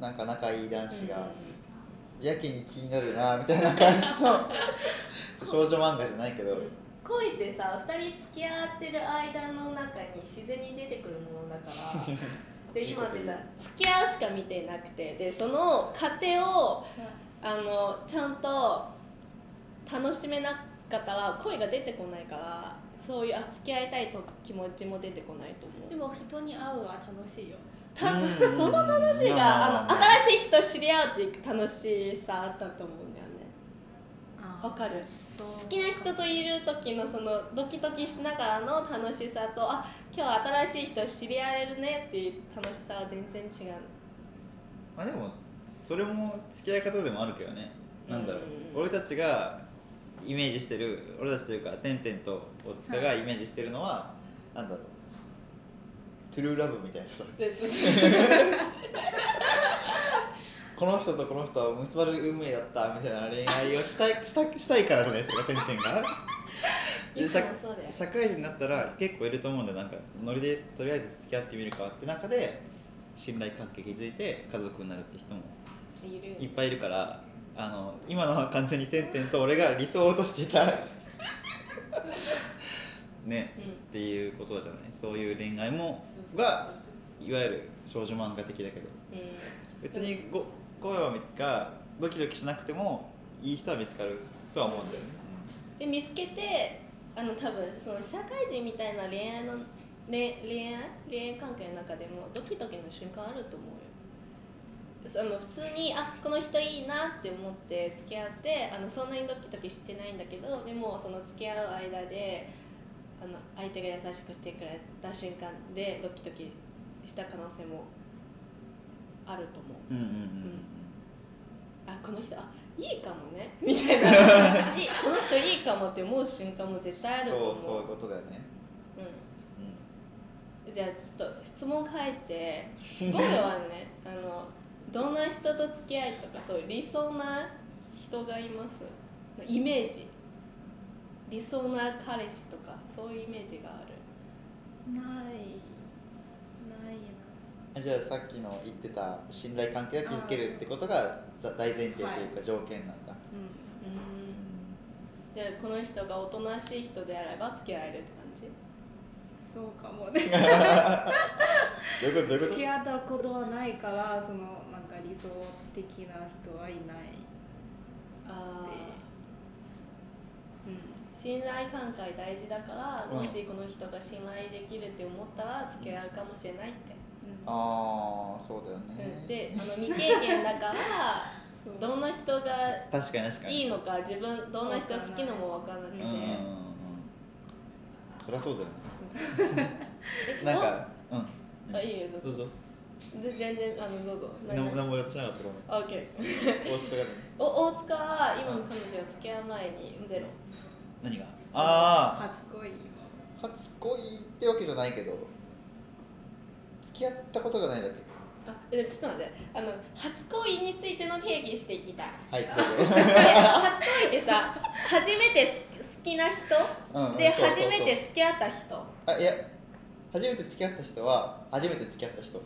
Speaker 1: なんか仲いい男子が やけに気になるなみたいな感じの少女漫画じゃないけど
Speaker 3: うん
Speaker 2: こ
Speaker 3: 恋ってさ2人付き合ってる間の中に自然に出てくるものだからで今ってさ付き合うしか見てなくてでその過程をあのちゃんと楽しめなかったら恋が出てこないからそういうあ付き合いたいと気持ちも出てこないと思う
Speaker 4: でも人に会うは楽しいよ
Speaker 3: た
Speaker 1: うん
Speaker 3: その楽しい
Speaker 1: ま
Speaker 3: が
Speaker 1: あ
Speaker 3: あ
Speaker 1: まあま
Speaker 3: の
Speaker 1: あ
Speaker 3: 新しい人を知り合うっていう楽しさあったと思うんだよねわかる好きな人といる時のそのドキドキしながらの楽しさとあ今日は新しい人知り合えるねっていう楽しさは全然違う
Speaker 1: まあでもそれも付き合い方でもあるけどねなんだろう
Speaker 3: うん
Speaker 1: 俺たちがイメージしてる俺たちというかてんてんと大塚がイメージしてるのはなんだろうトゥルーラブみたいなさ
Speaker 3: で
Speaker 1: この人とこの人は結ばれる運命だったみたいな恋愛をしたいしたしたいからじゃないですかてんてんが
Speaker 3: い
Speaker 1: で
Speaker 3: つも
Speaker 1: 社
Speaker 3: そうだよ
Speaker 1: 社会人になったら結構いると思うんでなんかノリでとりあえず付き合ってみるかって中で信頼関係築いて家族になるって人も
Speaker 3: いるよ
Speaker 1: いっぱいいるからあの今のは完全にてんてんと俺が理想を落としていた ね
Speaker 3: うん
Speaker 1: っていうことじゃないそういう恋愛も
Speaker 3: そうそうそう
Speaker 1: がいわゆる少女漫画的だけど
Speaker 3: う
Speaker 1: 別にご声をがドキドキしなくてもいい人は見つかるとは思うんだよね、
Speaker 3: んで見つけてあの多分その社会人みたいな恋愛の恋恋愛恋愛関係の中でもドキドキの瞬間あると思うよその普通にあこの人いいなって思って付き合ってあのそんなにドキドキしてないんだけどでもその付き合う間であの相手が優しくしてくれた瞬間でドキドキした可能性もあると思
Speaker 1: う
Speaker 3: う
Speaker 1: ん、うんうん
Speaker 3: あこの人あいいかもねみたい ないいこの人いいかもって思う瞬間も絶対あると
Speaker 1: うんう
Speaker 3: 思うん
Speaker 1: そうそういうことだよね、
Speaker 3: うん、じゃあちょっと質問書いてゴールはねあのどんな人と付き合いとかそういう理想な人がいますイメージ理想な彼氏とかそういうイメージがある
Speaker 4: ないないな
Speaker 1: うん、 じゃあさっきの言ってた信頼関係が築けるってことがざ大前提というか条件なんだ、
Speaker 4: う
Speaker 3: うんじゃあこの人がおとなしい人であれば付き合えるって感じ
Speaker 2: そうかもね
Speaker 1: どういうことどういうこと
Speaker 2: 付き合ったことはないからそのなんか理想的な人はいない、
Speaker 3: あ
Speaker 2: ーうん、
Speaker 3: 信頼関係大事だから
Speaker 1: うん
Speaker 3: もしこの人が信頼できるって思ったら付き合うかもしれないって、
Speaker 1: ああそうだよ
Speaker 3: うん
Speaker 1: ね、
Speaker 3: であの未経験だから
Speaker 2: そう
Speaker 3: どんな人が
Speaker 1: 確かに確かに
Speaker 3: いいのか自分どんな人好きのも分からなくて
Speaker 1: うんうんうんうんそりゃそうだよね
Speaker 3: え
Speaker 1: なんかう
Speaker 3: どあいいよど
Speaker 1: ん
Speaker 3: うぞ
Speaker 1: どうぞ
Speaker 3: で全然あのどうぞ
Speaker 1: 何も
Speaker 3: 何
Speaker 1: 何もやってなかったご
Speaker 3: あ OK
Speaker 1: めん大塚がね
Speaker 3: お大塚は今の彼女は付き合う前にゼロ
Speaker 1: 何 があ
Speaker 2: 初恋
Speaker 1: あ初恋ってわけじゃないけど付き合ったことがないだけ
Speaker 3: あえちょっと待ってあの初恋についての定義してい きたい
Speaker 1: はいどうぞ
Speaker 3: で初恋ってさ初めてす好きな人
Speaker 1: うんうん
Speaker 3: で
Speaker 1: そうそう
Speaker 3: 初
Speaker 1: そう
Speaker 3: めて付き合った人
Speaker 1: あいや初めて付き合った人は初めて付き合った人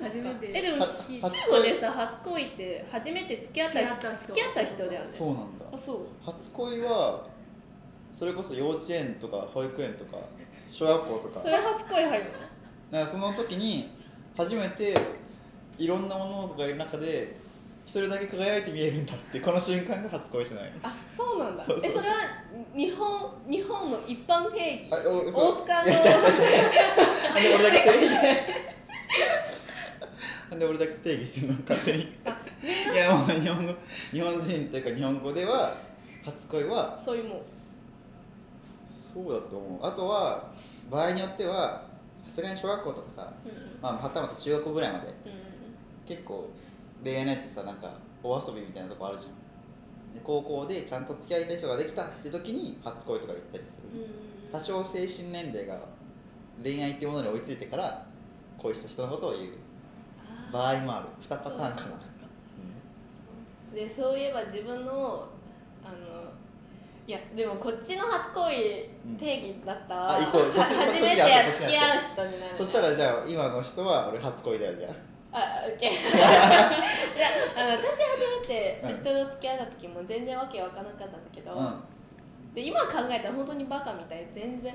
Speaker 2: 初めて
Speaker 3: えでも
Speaker 1: 初
Speaker 3: 中
Speaker 1: 初
Speaker 3: 国でさ初恋って初めて付き合った人
Speaker 4: 付き合った人
Speaker 3: 付き合った人だよね
Speaker 1: そうなんだ
Speaker 3: あそう
Speaker 1: 初恋はそれこそ幼稚園とか保育園とか小学校とか
Speaker 3: それ初恋入る
Speaker 1: だからその時に初めていろんな女の子がいる中で一人だけ輝いて見えるんだってこの瞬間が初恋じゃない
Speaker 3: あそうなんだ
Speaker 1: そうそう
Speaker 3: えそれは日本日本の一般定義
Speaker 1: あお
Speaker 3: 大
Speaker 1: そう
Speaker 3: 塚の
Speaker 1: いや違う違なんで俺だけ定 義なんで俺だけ定義してるの勝手にいやもう日本語日本人っていうか日本語では初恋は
Speaker 3: そういうもん
Speaker 1: そうだと思うあとは場合によってはさすがに小学校とかさ、
Speaker 3: うん
Speaker 1: まあ、はたまた中学校ぐらいまで
Speaker 3: うん
Speaker 1: 結構恋愛なんてさなんかお遊びみたいなとこあるじゃんで高校でちゃんと付き合いたい人ができたって時に初恋とか言ったりす
Speaker 3: うん
Speaker 1: る、多少精神年齢が恋愛っていうものに追いついてから恋した人のことを言う
Speaker 3: あ
Speaker 1: 場合もある2パターンかな
Speaker 3: そうーでそういえば自分のあのいやでもこっちの初恋定義だったら、
Speaker 1: うんあ行こうそっち
Speaker 3: は初めて
Speaker 1: そっちやって
Speaker 3: 付き合う人になる、ね、
Speaker 1: そしたらじゃあ今の人は俺初恋だよじゃあ
Speaker 3: あ、オッケー。いや、あの、私初めて人と付き合った時も全然わけわからなかったんだけど、
Speaker 1: うん
Speaker 3: で今考えたら本当にバカみたい全然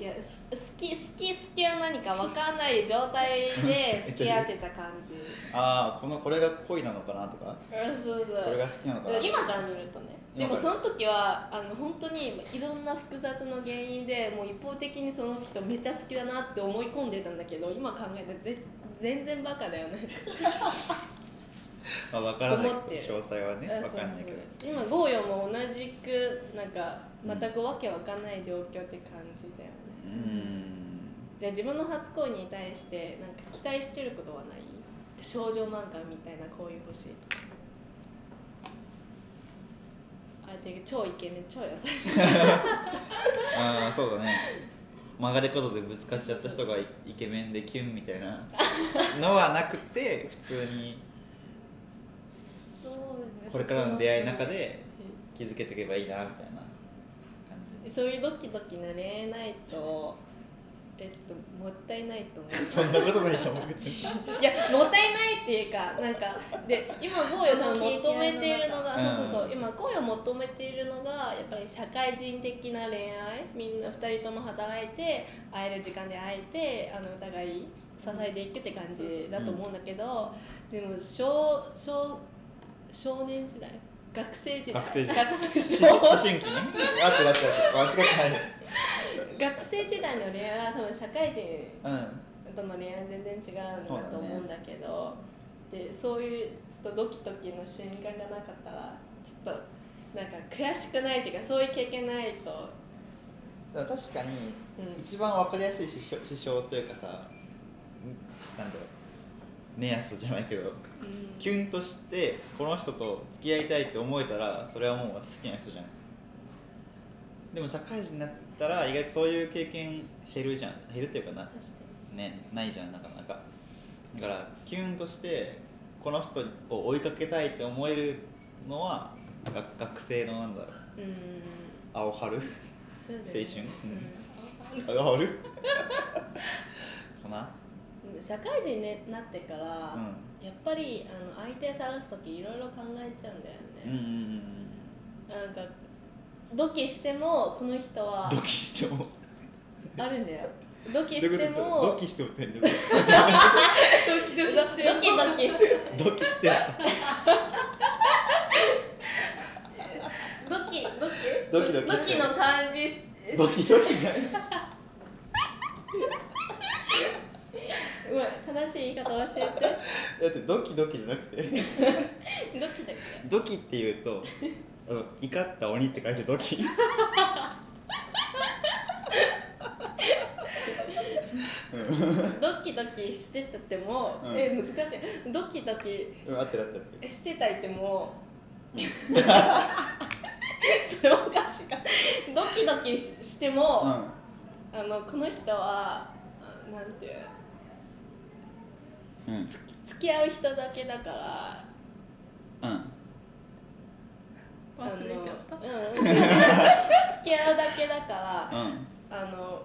Speaker 3: いやす好き好き好きは何か分かんない状態 で付き合ってた感じ
Speaker 1: ああこのこれが恋なのかなとか
Speaker 3: うんそうそ
Speaker 1: これ
Speaker 3: う
Speaker 1: が好きなのかな
Speaker 3: 今から見るとねでも
Speaker 1: 今か
Speaker 3: そ
Speaker 1: ら
Speaker 3: の時はあの本当にいろんな複雑の原因でもう一方的にその人めっちゃ好きだなって思い込んでたんだけど今考えたらぜ全然バカだよね
Speaker 1: まあ、分からない
Speaker 3: 思ってる
Speaker 1: 詳細はね
Speaker 3: うん
Speaker 1: 分かんないけど
Speaker 3: そうそう今ゴーヨも同じくなんか全くわけわかんない状況って感じだよね、
Speaker 1: うーん
Speaker 3: で自分の初恋に対してなんか期待してることはない少女漫画みたいなこういう欲しいとかあれで超イケメン超優しい
Speaker 1: ああそうだね曲がることでぶつかっちゃった人がイイケメンでキュンみたいなのはなくて普通に
Speaker 4: そうですね
Speaker 1: これからの出会いの中で気づけていけばいいなみたいな感じ
Speaker 3: そういうドキドキな恋愛ないとえちょっともったいないと思う
Speaker 1: そんなことないと思う別に
Speaker 3: いやもったいないっていうかなんかで今ゴーヨ多分求めているのが
Speaker 1: うん
Speaker 3: そうそうそう今ゴーヨ求めているのがやっぱり社会人的な恋愛みんな2人とも働いて会える時間で会えてあのお互い支えていくって感じだと思うんだけど、でも少少少年時代学生時代
Speaker 1: 学生時代
Speaker 3: 学
Speaker 1: 思
Speaker 3: 生
Speaker 1: 春
Speaker 3: 少
Speaker 1: 思春期ねあってなっちゃう間違ってない
Speaker 3: 学生時代の恋愛は多分社会人
Speaker 1: うん
Speaker 3: との恋愛全然違うんだと思うんだけどでそういうちょっとドキドキの瞬間がなかったらちょっとなんか悔しくないっていうかそういう経験ないと、
Speaker 1: だから確かに
Speaker 3: うん、
Speaker 1: 一番分かりやすい指標指標というかさんなんだろう目安じゃないけどキュンとしてこの人と付き合いたいって思えたらそれはもう好きな人じゃんでも社会人になったら意外とそういう経験減るじゃん減るっていうかな
Speaker 3: 確か
Speaker 1: ねないじゃんなかなかだからキュンとしてこの人を追いかけたいって思えるのはが学生のなんだろう
Speaker 3: にうん
Speaker 1: 青春
Speaker 3: そうだよ
Speaker 1: 青春
Speaker 3: う
Speaker 1: 青春かな、
Speaker 3: んうん、社会人になってから、
Speaker 1: う
Speaker 3: やっぱりあの相手探す時いろいろ考えちゃうんだよ
Speaker 1: ん、うんうん
Speaker 3: ね、
Speaker 1: うん
Speaker 3: なんかドキしてもこの人
Speaker 1: うん
Speaker 3: は
Speaker 1: ドキしても
Speaker 3: あるんだよドキ
Speaker 1: ど
Speaker 3: し
Speaker 1: うい
Speaker 3: て
Speaker 1: うこと
Speaker 3: も
Speaker 1: ドキしてもってどういうこ
Speaker 4: ドキドキしてる
Speaker 3: ドキドキして
Speaker 1: とドキ しても
Speaker 3: ドキドキ
Speaker 1: ドキドキ
Speaker 3: ドキの感じし
Speaker 1: ドキドキだよ
Speaker 3: うわ正しい言い方を教え
Speaker 1: だってドキドキじゃなくて
Speaker 3: てドキだっ
Speaker 1: ドキっていうとあの怒った鬼って書いてドキ
Speaker 3: けドキドキしてたっても、
Speaker 1: うん
Speaker 3: え難しいドキドキ
Speaker 1: うん合ってる合ってる
Speaker 3: してたいって もそれおかしいかドキドキししても、
Speaker 1: うん
Speaker 3: あのこの人はあなんていう
Speaker 1: うん
Speaker 3: 付き合う人だけだから
Speaker 1: うん
Speaker 2: 忘れちゃった
Speaker 3: た、あのうん、 付き合うだけだから
Speaker 1: うん
Speaker 3: あの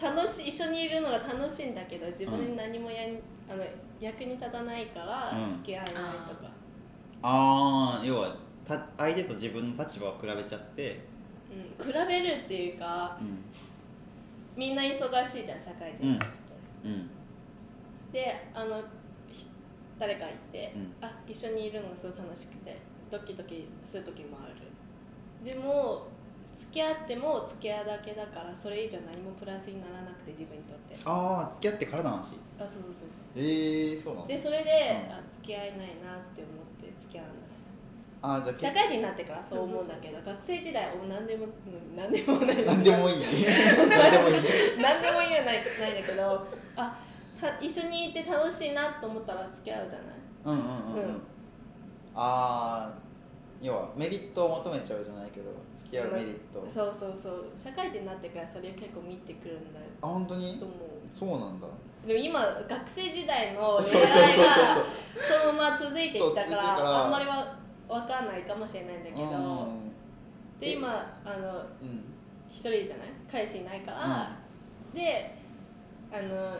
Speaker 3: 楽しい一緒にいるのが楽しいんだけど自分に何もやん、あの役に立たないから
Speaker 1: うん
Speaker 3: 付き合えないとか、
Speaker 1: ああ要はた相手と自分の立場を比べちゃって
Speaker 3: うん比べるっていうか
Speaker 1: うん
Speaker 3: みんな忙しいじゃん社会人として、
Speaker 1: うん
Speaker 3: であのひ誰かいて、
Speaker 1: うん
Speaker 3: あ一緒にいるのがすごい楽しくてドキドキする時もあるでも付き合っても付き合うだけだからそれ以上何もプラスにならなくて自分にとって
Speaker 1: ああ付き合ってからの話
Speaker 3: あそうそうそうそう
Speaker 1: ええー、そうなの
Speaker 3: でそれで、
Speaker 1: うん
Speaker 3: あ付き合えないなって思って付き合わない
Speaker 1: ああじゃあ
Speaker 3: 社会人になってからそう思うんだけど学生時代は何でもうん何でもない
Speaker 1: 結何でもいい何でもいい
Speaker 3: 何でも言えないないんだけどあた一緒にいて楽しいなと思ったら付き合うじゃない
Speaker 1: うんうんうん、うん
Speaker 3: うん
Speaker 1: ああ要はメリットを求めちゃうじゃないけど付き合うメリット
Speaker 3: そうそうそう社会人になってからそれを結構見てくるんだ
Speaker 1: あ本当に
Speaker 3: と思
Speaker 1: そうなんだ
Speaker 3: うでも今学生時代
Speaker 1: そ
Speaker 3: の
Speaker 1: うそう
Speaker 3: 恋
Speaker 1: そう
Speaker 3: 愛
Speaker 1: そう
Speaker 3: がそのまま続いてきた
Speaker 1: そう続い
Speaker 3: か
Speaker 1: てからら
Speaker 3: あんまりわ分かんないかもしれないんだけ
Speaker 1: うん
Speaker 3: どで今あの
Speaker 1: うん
Speaker 3: 一人じゃない彼氏いないから、であの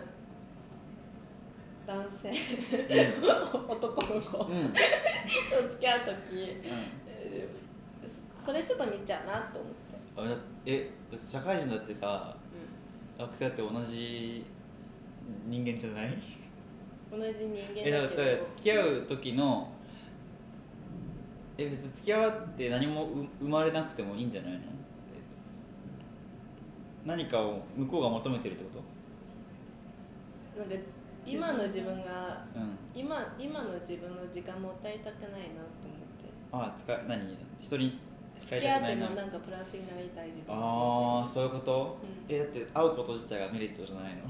Speaker 3: 男性
Speaker 1: うん
Speaker 3: 男の子と
Speaker 1: うんうん
Speaker 3: 付き合う時えーそれちょっと見ちゃうなと思って、
Speaker 1: あだえだって社会人だってさ学生だって同じ人間じゃない
Speaker 3: 同じ人
Speaker 1: え
Speaker 3: 間
Speaker 1: だ
Speaker 3: だ
Speaker 1: か
Speaker 3: け
Speaker 1: ら
Speaker 3: ど
Speaker 1: 付き合う時のえ別に付き合って何もう生まれなくてもいいんじゃないのえ何かを向こうが求めてるってこ
Speaker 3: なんか今の自分が
Speaker 1: とうん
Speaker 3: 今今の自分の時間もったいたくないなと思って
Speaker 1: あ使い何人に使
Speaker 3: 付
Speaker 1: い
Speaker 3: き
Speaker 1: た
Speaker 3: 合
Speaker 1: く
Speaker 3: っ
Speaker 1: な
Speaker 3: て
Speaker 1: いな
Speaker 3: もなんかプラスになりたい自分
Speaker 1: ああそういうこと、
Speaker 3: う
Speaker 1: えだって会うこと自体がメリットじゃないの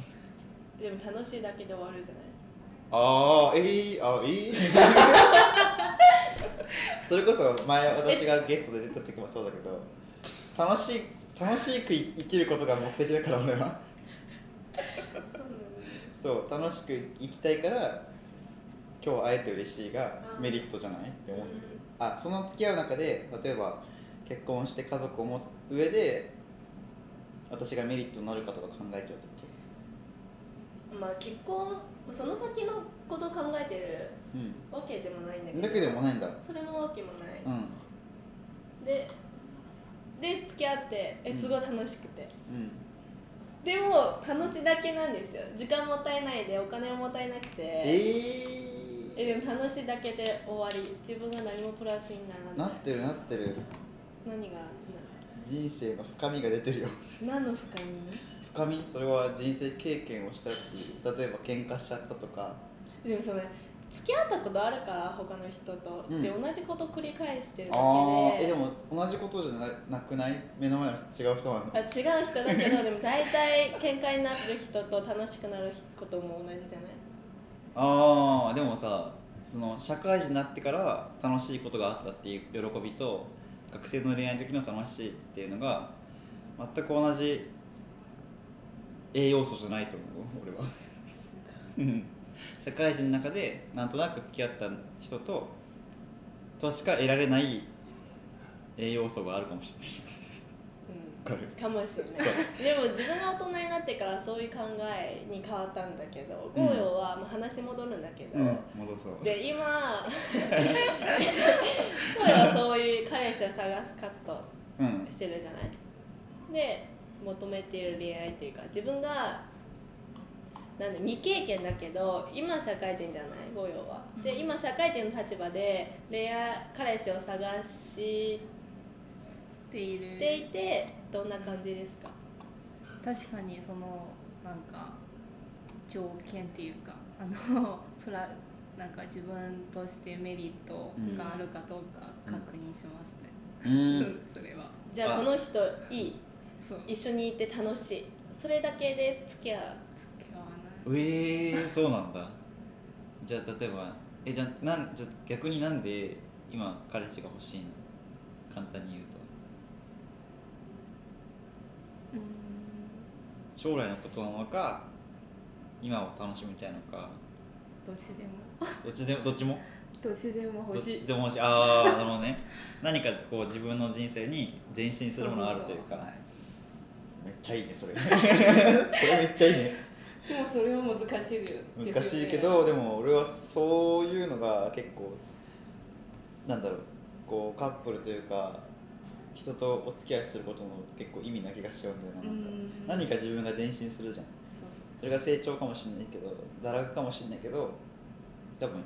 Speaker 3: でも楽しいだけで終わるじゃない
Speaker 1: ああええあええ それこそ前私がゲストで出た時もそうだけど楽しい楽しく生きることが目的だから俺 はそう楽しく生きたいから今日会えて嬉しいが
Speaker 4: あー
Speaker 1: メリットじゃないって思うあその付き合う中で例えば結婚して家族を持つ上で私がメリットになるかとか考えちゃうってこと
Speaker 3: まあ結婚その先のことを考えて
Speaker 1: う
Speaker 3: るわけでもないんだけ
Speaker 1: ん
Speaker 3: ど
Speaker 1: だけでもないんだ
Speaker 3: それもわけもない、
Speaker 1: うん
Speaker 3: でで付き合ってえすごい楽しくて、
Speaker 1: うん
Speaker 3: でも楽しいだけなんですよ時間もったいないでお金ももったいなくて
Speaker 1: え
Speaker 3: え
Speaker 1: ー、
Speaker 3: でも楽しいだけで終わり自分が何もプラスにならない
Speaker 1: なってるなってる
Speaker 3: 何が
Speaker 1: 人生の深みが出てるよ
Speaker 3: な何の深
Speaker 1: 深みそれは人生経験をしたっていう例えば喧嘩しちゃったとか
Speaker 3: みでもそれ付き合ったことあるから他の人と、
Speaker 1: うん
Speaker 3: で同じこと繰り返してるだけで
Speaker 1: あーえでも同じことじゃななくない目の前の違う人なの
Speaker 3: あ違う人だけどでも大体喧嘩になってる人と楽しくなることも同じじゃない
Speaker 1: ああでもさその社会人になってから楽しいことがあったっていう喜びと学生の恋愛の時の楽しいっていうのが全く同じ栄養素じゃないと思う俺はうん社会人の中でなんとなく付き合った人ととしか得られない栄養素があるかもしれないし
Speaker 3: うん
Speaker 1: わかる
Speaker 3: かもしれないでも自分が大人になってからそういう考えに変わったんだけど
Speaker 1: うん
Speaker 3: ゴーヨは、まあ、話戻るんだけど、
Speaker 1: うん戻そう
Speaker 3: で今 声はそういう彼氏を探す活動
Speaker 1: うん
Speaker 3: してるじゃないで求めている恋愛っていうか自分がなんで未経験だけど今社会人じゃないゴヨは。
Speaker 4: うん
Speaker 3: で今社会人の立場で恋愛彼氏を探して
Speaker 2: いる
Speaker 3: ていてどんな感じですか
Speaker 2: 確かにそのなんか条件っていうかあのプラなんか自分としてメリットがあるかどうか確認しますね、
Speaker 1: うん
Speaker 2: そそれは
Speaker 3: じゃあ
Speaker 1: あ
Speaker 3: この人いい
Speaker 2: そう
Speaker 3: 一緒にいて楽しいそれだけで付き合う
Speaker 2: 付き合わな
Speaker 1: うえー、そうなんだじゃあ例えばえじゃあなんじゃあ逆になんで今彼氏が欲しいの簡単に言うと
Speaker 2: いうーん
Speaker 1: 将来のことなのか今を楽しみたいのか
Speaker 2: どっちでも
Speaker 1: どっちでもどっちも
Speaker 2: どっちでも
Speaker 1: どっ
Speaker 2: 欲し
Speaker 1: ち
Speaker 2: い
Speaker 1: でも欲しいああなるほどね 何かこう自分の人生に前進するものがあるというか
Speaker 2: そうそうそうは
Speaker 1: めっちゃいいねそれ それめっちゃいいね
Speaker 2: でもそれは難しいですよね
Speaker 1: 難しいけどでも俺はそういうのが結構なんだろうこうカップルというか人とお付き合いすることの結構意味な気がしちゃうんだよな
Speaker 2: う
Speaker 1: なんか何
Speaker 2: ん
Speaker 1: か自分が前進するじゃん
Speaker 2: そう
Speaker 1: それが成長かもしれないけど堕落かもしれないけど多分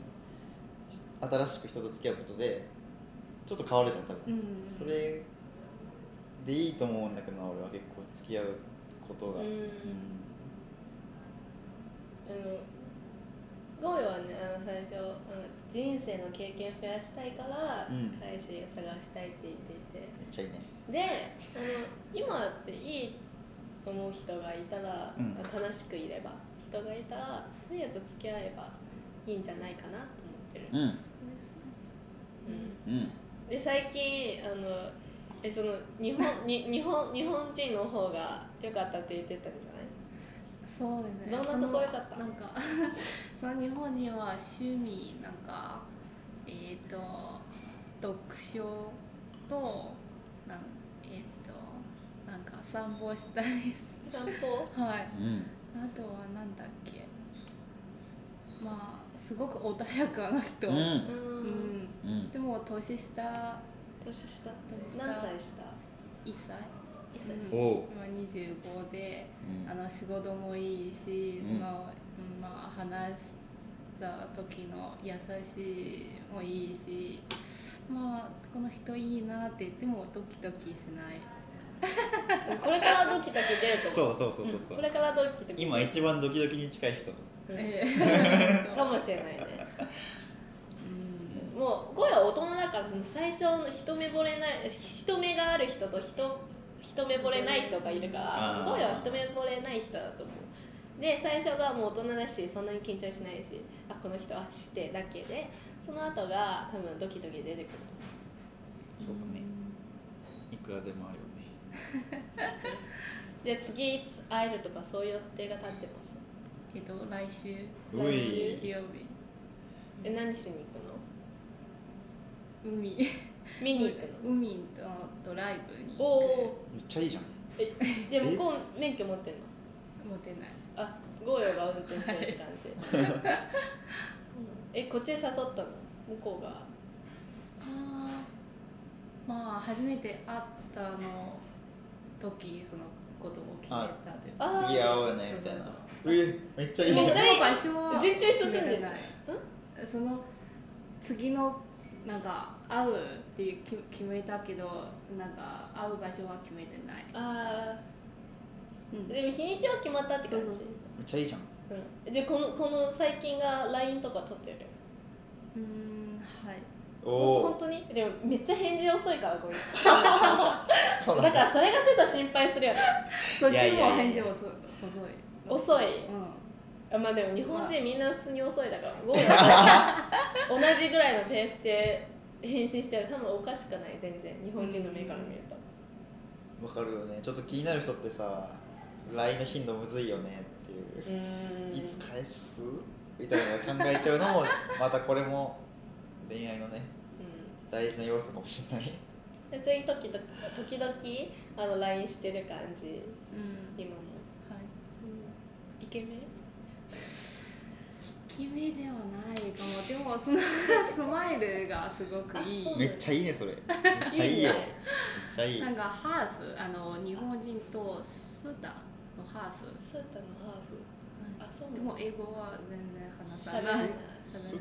Speaker 1: 新しく人と付き合うことでちょっと変わるじゃん多分、
Speaker 2: うん
Speaker 1: それでいいと思うんだけどな俺は結構付き合うこと
Speaker 3: う
Speaker 1: が、
Speaker 3: んあのゴーヨはねあの最初あの人生の経験増やしたいから、
Speaker 1: うん
Speaker 3: 彼氏を探したいって言っていて
Speaker 1: めっちゃいいね
Speaker 3: であの今っていいと思う人がいたら、
Speaker 1: うん
Speaker 3: 楽しくいれば人がいたらとりあえず付き合えばいいんじゃないかなと思ってる
Speaker 1: うん
Speaker 3: うん
Speaker 1: うん
Speaker 3: で最近あのえその日本に日本日本人の方が良かったって言ってたんじゃ
Speaker 2: そうですね
Speaker 3: どんなとこ良かった
Speaker 2: あのなんかその日本には趣味なんかえっ、と読書となんえっ、となんか散歩したり
Speaker 3: ない散歩
Speaker 2: はい
Speaker 1: うん
Speaker 2: あとはなんだっけまあすごく穏やかな人、
Speaker 1: う
Speaker 2: うん
Speaker 3: うんん
Speaker 1: うん
Speaker 2: でも年下
Speaker 3: 年下
Speaker 2: 年下
Speaker 3: 何歳下
Speaker 2: 1歳
Speaker 3: 一歳
Speaker 2: うん
Speaker 1: お
Speaker 3: 下
Speaker 1: お
Speaker 2: 今25で
Speaker 1: うん
Speaker 2: あの仕事もいいし、
Speaker 1: うん
Speaker 2: そのうんまあ、話した時の優しいもいいしまあこの人いいなって言ってもドキドキしない
Speaker 3: これからドキドキ出ると思う
Speaker 1: そうそうそうそうそう
Speaker 3: これからドキドキ
Speaker 1: 今一番ドキドキに近い人
Speaker 3: うん
Speaker 2: え
Speaker 3: かもしれないね
Speaker 2: うん
Speaker 3: もう声は大人だから最初の一目惚れない人目がある人と人一目惚れない人がいるか
Speaker 1: あ
Speaker 3: ら
Speaker 1: ー
Speaker 3: 声は一目惚れない人だと思うで最初がもう大人だしそんなに緊張しないしあこの人は知ってだけでその後が多分ドキドキ出てくる
Speaker 1: そうだねいくらでもあるよね
Speaker 3: で次いつ会えるとかそういう予定が立ってます
Speaker 2: えっと来週
Speaker 1: うい
Speaker 2: 日曜日
Speaker 3: え何しに行くの
Speaker 2: 海
Speaker 3: 見に行くの
Speaker 2: 海とドライブに
Speaker 3: お
Speaker 2: 行
Speaker 3: お
Speaker 1: めっちゃいいじゃん
Speaker 3: えで向こう免許持ってんの
Speaker 2: く持てない
Speaker 3: あゴーヨが運転するって感じそうなのえこっちへ誘ったの向こうが
Speaker 2: あーまあ初めて会ったの時そのことを決めたというか
Speaker 3: あー
Speaker 1: 次会おうねみたいな
Speaker 2: そう
Speaker 1: うえめっちゃいいじ
Speaker 3: めっ
Speaker 1: ゃ
Speaker 3: ち
Speaker 1: ん
Speaker 3: ゃいい
Speaker 2: 場所は
Speaker 3: 順調に進んでる
Speaker 2: 決めれないその次のなんか会うっていうき決めたけどなんか会う場所は決めてない、
Speaker 3: あ
Speaker 2: うん
Speaker 3: ーでも日にちは決まったって
Speaker 2: そ
Speaker 3: 感
Speaker 2: う
Speaker 3: じ
Speaker 2: そうそう
Speaker 1: めっちゃいいじゃん
Speaker 3: うん、でこのこの最近が LINE とか撮ってる
Speaker 2: ううーんはい
Speaker 1: お
Speaker 3: ほん
Speaker 1: お
Speaker 3: 本当にでもめっちゃ返事遅いからこい つ
Speaker 1: そうな
Speaker 3: だ
Speaker 1: ん
Speaker 3: からそれがちょっと心配するよね
Speaker 2: そっ
Speaker 1: いや
Speaker 2: ち
Speaker 1: いやいや
Speaker 2: も返事遅い
Speaker 3: 遅い
Speaker 2: うん
Speaker 3: あまあでも日本人みんな普通に遅いだからゴーヨ同じぐらいのペースで返信してる多分おかしくない全然日本人の目から見ると、
Speaker 1: わかるよねちょっと気になる人ってさ LINE の頻度むずいよねっていう
Speaker 3: うーん
Speaker 1: いつ返すみたいなのを考えちゃうのもまたこれも恋愛のね
Speaker 3: う
Speaker 1: 大事な要素かもしれない
Speaker 3: ん、別に時々時々あの LINE してる感じ
Speaker 2: うん
Speaker 3: 今も、
Speaker 2: はい
Speaker 3: イケメン
Speaker 2: 決めではないかもでもその スマイルがすごくい
Speaker 3: あ
Speaker 2: い
Speaker 1: めっちゃいいねそれめっちゃいいよめっ
Speaker 3: ね
Speaker 1: ちゃいい
Speaker 2: なんかハーフあの日本人とスーダンのハーフ、
Speaker 3: スータのハーフあそう
Speaker 2: で
Speaker 3: なの
Speaker 2: も英語は全然話さ
Speaker 3: 食べ
Speaker 2: ない
Speaker 3: ない
Speaker 2: 食べない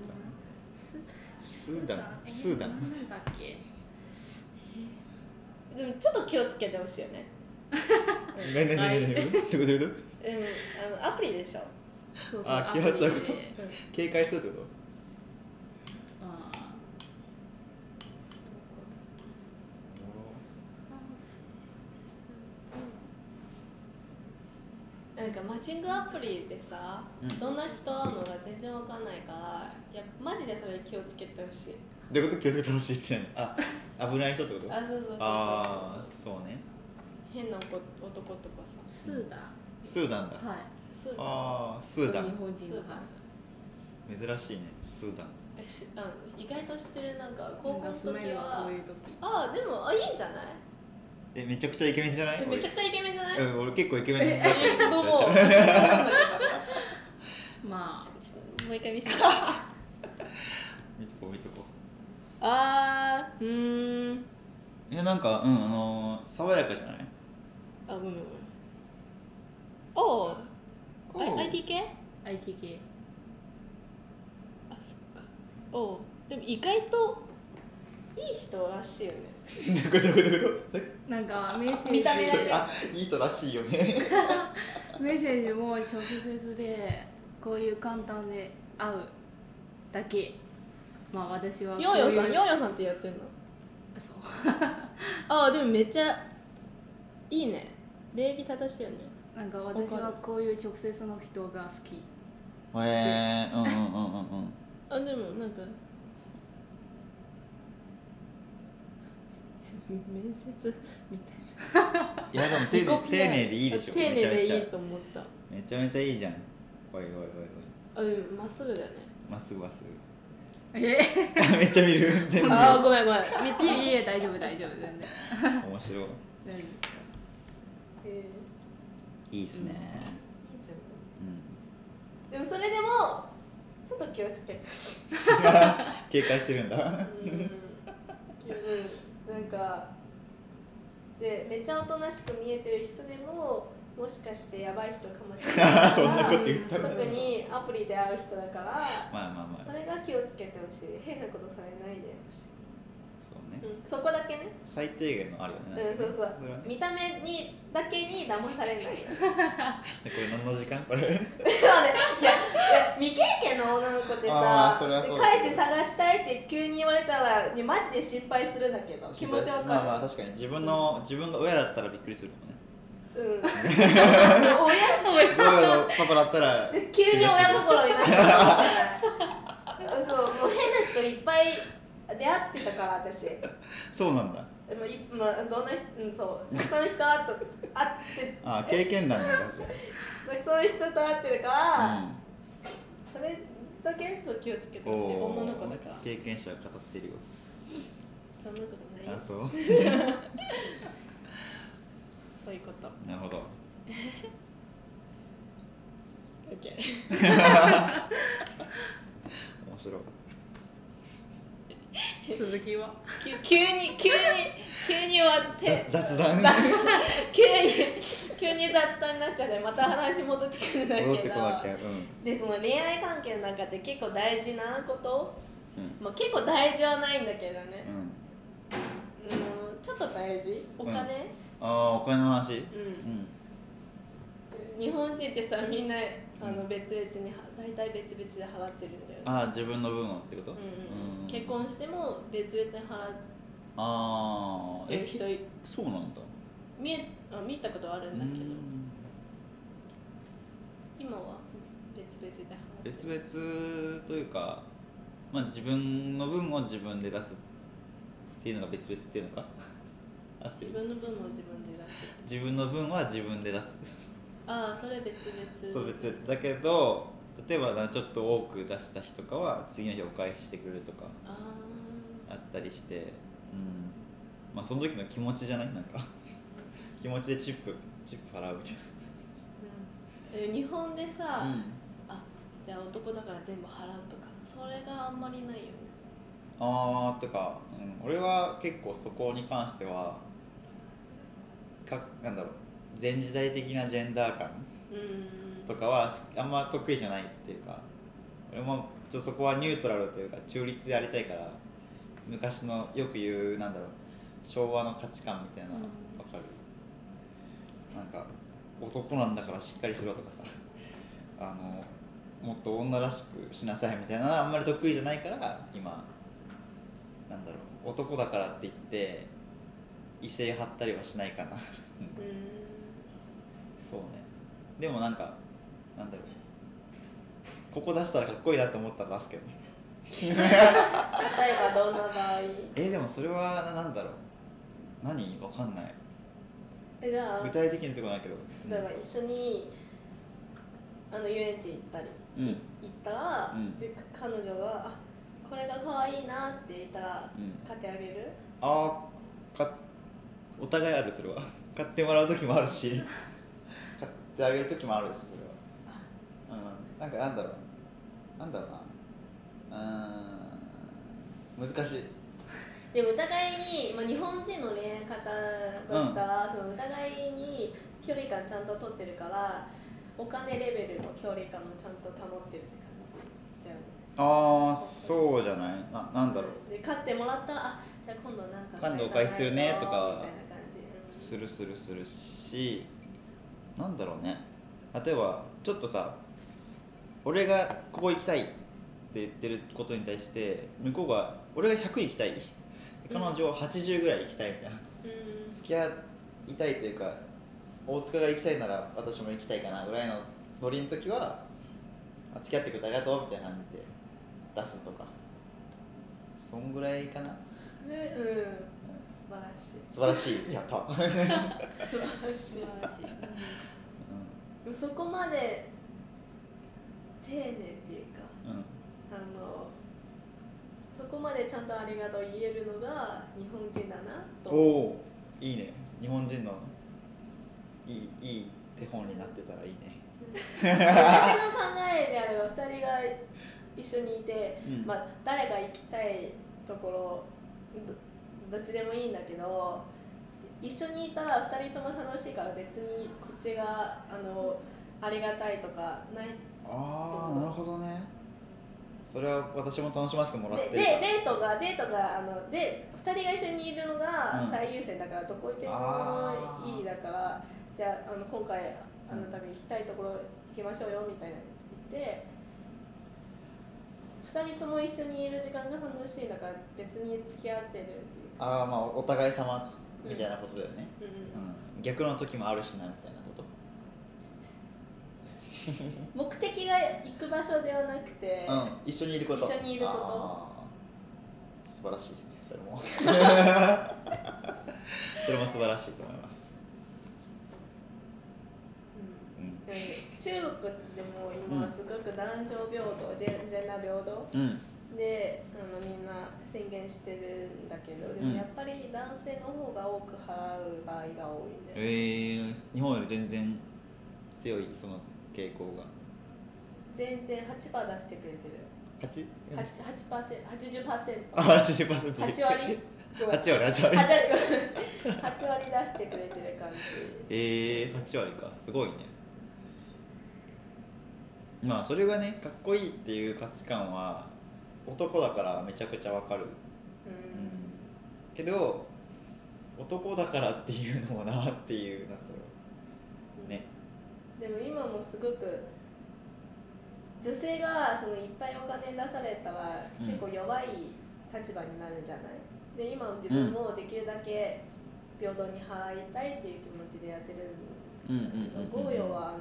Speaker 2: ス
Speaker 1: スーダン
Speaker 2: え
Speaker 1: スーダン
Speaker 2: なんだっけ
Speaker 3: でもちょっと気をつけてほしいよねうん
Speaker 1: ねねねねねねどういうことどういうこ
Speaker 3: うんあのアプリでしょ
Speaker 2: そうそう
Speaker 1: あ
Speaker 2: アプリで
Speaker 1: 気がすること
Speaker 3: うん
Speaker 1: と警戒するってこ
Speaker 2: あーどこだっけ
Speaker 3: なんかマッチングアプリでさ、
Speaker 1: うん
Speaker 3: どんな人会うのが全然わかんないからいやマジでそれ気をつけてほしい
Speaker 1: どういうこと気をつけてほしいって何あ危ない人ってこと
Speaker 3: あそうそうそうそう
Speaker 1: あーそうね
Speaker 3: そう変な男男とかさ
Speaker 2: スーダン
Speaker 1: スーダンだ
Speaker 2: はい
Speaker 3: スータ
Speaker 1: あースーダ
Speaker 2: 日
Speaker 1: ン
Speaker 2: 本人のハーフ
Speaker 1: 珍しいねスーダン
Speaker 3: えしうん意外と知ってるなんか
Speaker 2: な
Speaker 3: 高
Speaker 2: ん
Speaker 3: 校
Speaker 2: か
Speaker 3: の
Speaker 2: スマイ
Speaker 3: 時
Speaker 2: ルは
Speaker 3: は
Speaker 2: こういう時
Speaker 3: ああでもあいいんじゃない
Speaker 1: えめちゃくちゃイケメンじゃない
Speaker 3: えめちゃくちゃイケメンじゃない、
Speaker 1: 俺うん俺結構イケメンだった
Speaker 3: えどうも
Speaker 2: まあ
Speaker 3: ちょっともう一回見せて
Speaker 1: 見とこう見とこ
Speaker 3: あーうーん
Speaker 1: ういやなんかうんあのー、爽やかじゃない
Speaker 3: あごめんごめんおー
Speaker 1: お
Speaker 3: お
Speaker 1: う
Speaker 3: IT 系
Speaker 2: IT 系
Speaker 3: あそっかおうでも意外といい人らしいよね
Speaker 1: どこどこどこどこ
Speaker 2: なんかメッセージ
Speaker 3: 見た目だけ
Speaker 1: あいい人らしいよ ね
Speaker 2: メッセージも直接でこういう簡単で会うだけまあ私はこうい
Speaker 3: ヨーヨーさん
Speaker 2: う
Speaker 3: ヨーヨーさんってやってるの
Speaker 2: そう
Speaker 3: ああでもめっちゃいいね礼儀正しいよね
Speaker 2: なんか私
Speaker 3: わか
Speaker 2: は
Speaker 3: る
Speaker 2: こういう直接の人が好き
Speaker 1: へえうんうんうんうんうん
Speaker 3: あでもなんか 面接みたい
Speaker 1: いやでも
Speaker 3: な
Speaker 1: 丁
Speaker 3: 自己 PR
Speaker 1: 寧丁寧でいいでしょ
Speaker 3: 丁寧でいい
Speaker 1: めちゃめち
Speaker 3: と思った
Speaker 1: ゃめちゃめちゃいいじゃんおいおいおいおい
Speaker 3: あでもまっすぐだよね
Speaker 1: まっすぐまっすぐ
Speaker 2: え
Speaker 1: めっちゃ見る 全部
Speaker 3: ああ
Speaker 1: 面
Speaker 3: ごめんごめん
Speaker 2: いやいや大丈夫大丈夫全然
Speaker 1: 白い
Speaker 2: 全然
Speaker 3: えー、いい
Speaker 1: いいっすね
Speaker 3: じゃん
Speaker 1: うん
Speaker 3: でもそれでも
Speaker 4: ちょっと気をつけてほしい
Speaker 1: 警戒してるんだ
Speaker 4: うん、なんかでめっちゃおとなしく見えてる人でももしかしてやばい人かもしれない
Speaker 1: そんなこと言ったら
Speaker 4: 特にアプリで会う人だから
Speaker 1: まあまあまあ
Speaker 4: それが気をつけてほしい変なことされないでほし
Speaker 1: そうね
Speaker 4: い、うん、そこだけね
Speaker 1: 最低限のあるよね
Speaker 4: うんそうそう
Speaker 1: れはね
Speaker 4: 見た目にだけに騙されないよ
Speaker 1: でこれ何の時間これ
Speaker 4: そうねいやいや未経験の女の子って
Speaker 1: あ
Speaker 4: さ
Speaker 1: ーそれはそうだけ
Speaker 4: 彼氏
Speaker 1: ど
Speaker 4: 探したいって急に言われたらいやマジで心配するんだけど 気持ちわかる、
Speaker 1: まあまあ確かに自分の自分が親だったらびっくりするもんね
Speaker 4: うん親
Speaker 1: 親のパパだったら
Speaker 4: 急に親心になっちゃうかもしれないそうもう変な人いっぱい出会ってたから私で
Speaker 1: そうなんだ
Speaker 4: もい、まあ、どんな人うんそうたくさんの人と会って会って
Speaker 1: あ経験談なんだじ
Speaker 4: たくさんの人と会ってるから、
Speaker 1: ゃ
Speaker 4: それだけちょっと気をつけ
Speaker 1: あ、
Speaker 4: て
Speaker 1: うん、
Speaker 4: ほしい
Speaker 1: おー
Speaker 4: 女の子だから
Speaker 1: 経験者は語ってるよ
Speaker 4: そんなことない
Speaker 1: あ
Speaker 4: よ
Speaker 1: そう
Speaker 4: そういうこと
Speaker 1: なるほど
Speaker 3: OK
Speaker 1: 面白い
Speaker 2: 続きは
Speaker 3: き急に急に急に終わ って
Speaker 1: ざ雑談
Speaker 3: 急に急に雑談になっちゃってまた話戻ってくるんだけど
Speaker 1: 戻ってこなきゃうん
Speaker 3: でその恋愛関係の中で結構大事なこと、
Speaker 1: うん
Speaker 3: まあ、結構大事はないんだけどね
Speaker 1: う、ん
Speaker 3: うん、ちょっと大事お金、
Speaker 1: ああお金の話
Speaker 3: うん
Speaker 1: うん
Speaker 3: 日本人ってさみんなあの別々には大体別々で払ってるんだよね、
Speaker 1: ああ自分の分をってこと、
Speaker 3: うん
Speaker 1: うん
Speaker 3: 結婚しても別々に払
Speaker 1: ああ
Speaker 3: ってる
Speaker 1: え
Speaker 3: 人い
Speaker 1: そうなんだ
Speaker 3: 見えあ見たことあるんだけど、
Speaker 1: うん
Speaker 3: 今は別々で払って
Speaker 1: 別
Speaker 3: る
Speaker 1: 々というか、まあ、自分の分を自分で出すっていうのが別々っていうのか 合って
Speaker 3: 自
Speaker 1: る
Speaker 3: 分の分も自分で出してる
Speaker 1: 自分の分は自分で出す
Speaker 3: ああそれ別々
Speaker 1: そう別々だけど例えばなちょっと多く出した日とかは次の日お返ししてくれるとか
Speaker 3: あ
Speaker 1: あったりしてうんまあその時の気持ちじゃないなんか 気持ちでチップチップ払うみたい
Speaker 3: ーえ日本でさ、
Speaker 1: な、うん、
Speaker 3: じゃあ男だから全部払うとかそれがあんまりないよね
Speaker 1: あーとか、うん、俺は結構そこに関してはかなんだろう前時代的なジェンダー感
Speaker 3: うん
Speaker 1: とかはあんま得意じゃないっていうか俺もちょっとそこはニュートラルというか中立でありたいから昔のよく言うなんだろう昭和の価値観みたいな
Speaker 3: う
Speaker 1: わ
Speaker 3: ん
Speaker 1: かる、なんか男なんだからしっかりしろとかさ あのもっと女らしくしなさいみたいなのはあんまり得意じゃないから今なんだろう男だからって言って異性張ったりはしないかな
Speaker 3: うん
Speaker 1: そうねでもなんかなんだろうここ出したらかっこいいなと思ったら出すけどね
Speaker 3: 例えばどんな場合
Speaker 1: えでもそれはななんだろう何わかんない
Speaker 3: えじゃあ
Speaker 1: 具体的にとこないけど
Speaker 3: 例えば一緒にあの遊園地行ったり、
Speaker 1: うん
Speaker 3: い行ったら、
Speaker 1: うん
Speaker 3: で彼女が「あこれが可愛いな」って言ったら
Speaker 1: うん
Speaker 3: 買ってあげる
Speaker 1: ああかお互いあるそれは買ってもらう時もある し買ってあげる時もあるですそれはうんなんかなんだろうなんだろうなうーん難しい
Speaker 3: でもお互いに、まあ、日本人の恋愛方としたら、そのお互いに距離感ちゃんと取ってるからお金レベルの距離感もちゃんと保ってるって感じだよね
Speaker 1: ああそうじゃないななんだろう
Speaker 3: で買ってもらったらあじゃあ今度なんか
Speaker 1: 今度お返しするねとか
Speaker 3: みたいな感じ、
Speaker 1: するするするしなんだろうね例えばちょっとさ俺がここ行きたいって言ってることに対して向こうが俺が100行きたい彼女は80ぐらい行きたいみたいな、
Speaker 3: うん
Speaker 1: 付き合いたいというか大塚が行きたいなら私も行きたいかなぐらいのノリの時はあ付き合ってくれてありがとうみたいな感じで出すとかそんぐらいかな、うん
Speaker 3: うんねうん素晴らしい
Speaker 1: 素晴らしいやった、うん
Speaker 3: 素晴らしい
Speaker 2: 素晴らしい、
Speaker 3: でもそこまで丁寧っていうか
Speaker 1: うん
Speaker 3: あのそこまでちゃんとありがとう言えるのが日本人だなと
Speaker 1: おおーいいね日本人のいいいい手本になってたらいいね
Speaker 3: 私の考えであれば2人が一緒にいて、
Speaker 1: うん
Speaker 3: まあ、誰が行きたいところどどっちでもいいんだけど一緒にいたら2人とも楽しいから別にこっちがあのありがたいとかない
Speaker 1: ああなるほどねそれは私も楽しませてもらっ
Speaker 3: で
Speaker 1: て
Speaker 3: で
Speaker 1: る
Speaker 3: デートがデートがあので2人が一緒にいるの
Speaker 1: う
Speaker 3: が
Speaker 1: ん
Speaker 3: 最優先だから、どこ行って
Speaker 1: あ
Speaker 3: も
Speaker 1: ー
Speaker 3: いいだからじゃああの今回あの
Speaker 1: うん
Speaker 3: 多分行きたいところ行きましょうよみたいな言って2人とも一緒にいる時間が楽しいだから別に付き合ってるっていうか、
Speaker 1: ああまあお互い様みたいなことだよね、
Speaker 3: うんうん
Speaker 1: うん、逆の時もあるしなみたいなこと
Speaker 3: 目的が行く場所ではなくて、
Speaker 1: うん、一緒にいること
Speaker 3: 一緒にいること
Speaker 1: あー素晴らしいですねそれ も それも素晴らしいと思います、
Speaker 3: うん
Speaker 1: うん
Speaker 3: 中国でも今すごく男女平等、ジェンジェンダー平等
Speaker 1: うん、
Speaker 3: であのみんな宣言してるんだけどで
Speaker 1: うん
Speaker 3: もやっぱり男性の方が多く払う場合が多いね、
Speaker 1: えー、日本より全然強いその傾向が
Speaker 3: 全然8%出してくれてる
Speaker 1: 8?
Speaker 3: 8 8%80%8
Speaker 1: あ80%8
Speaker 3: 8割ごめん
Speaker 1: 8割8割
Speaker 3: 8割ごめん8割出してくれてる感じ
Speaker 1: えー、8割かすごいねまあそれがねかっこいいっていう価値観は男だからめちゃくちゃわかる
Speaker 3: うん
Speaker 1: けど男だからっていうのもなっていうなんだろうね
Speaker 3: でも今もすごく女性がそのいっぱいお金出されたら
Speaker 1: うん
Speaker 3: 結構弱い立場になるんじゃない、で今自分もできるだけ平等に払いたいっていう気持ちでやってる
Speaker 1: うんうん
Speaker 3: んだけど豪陽はあの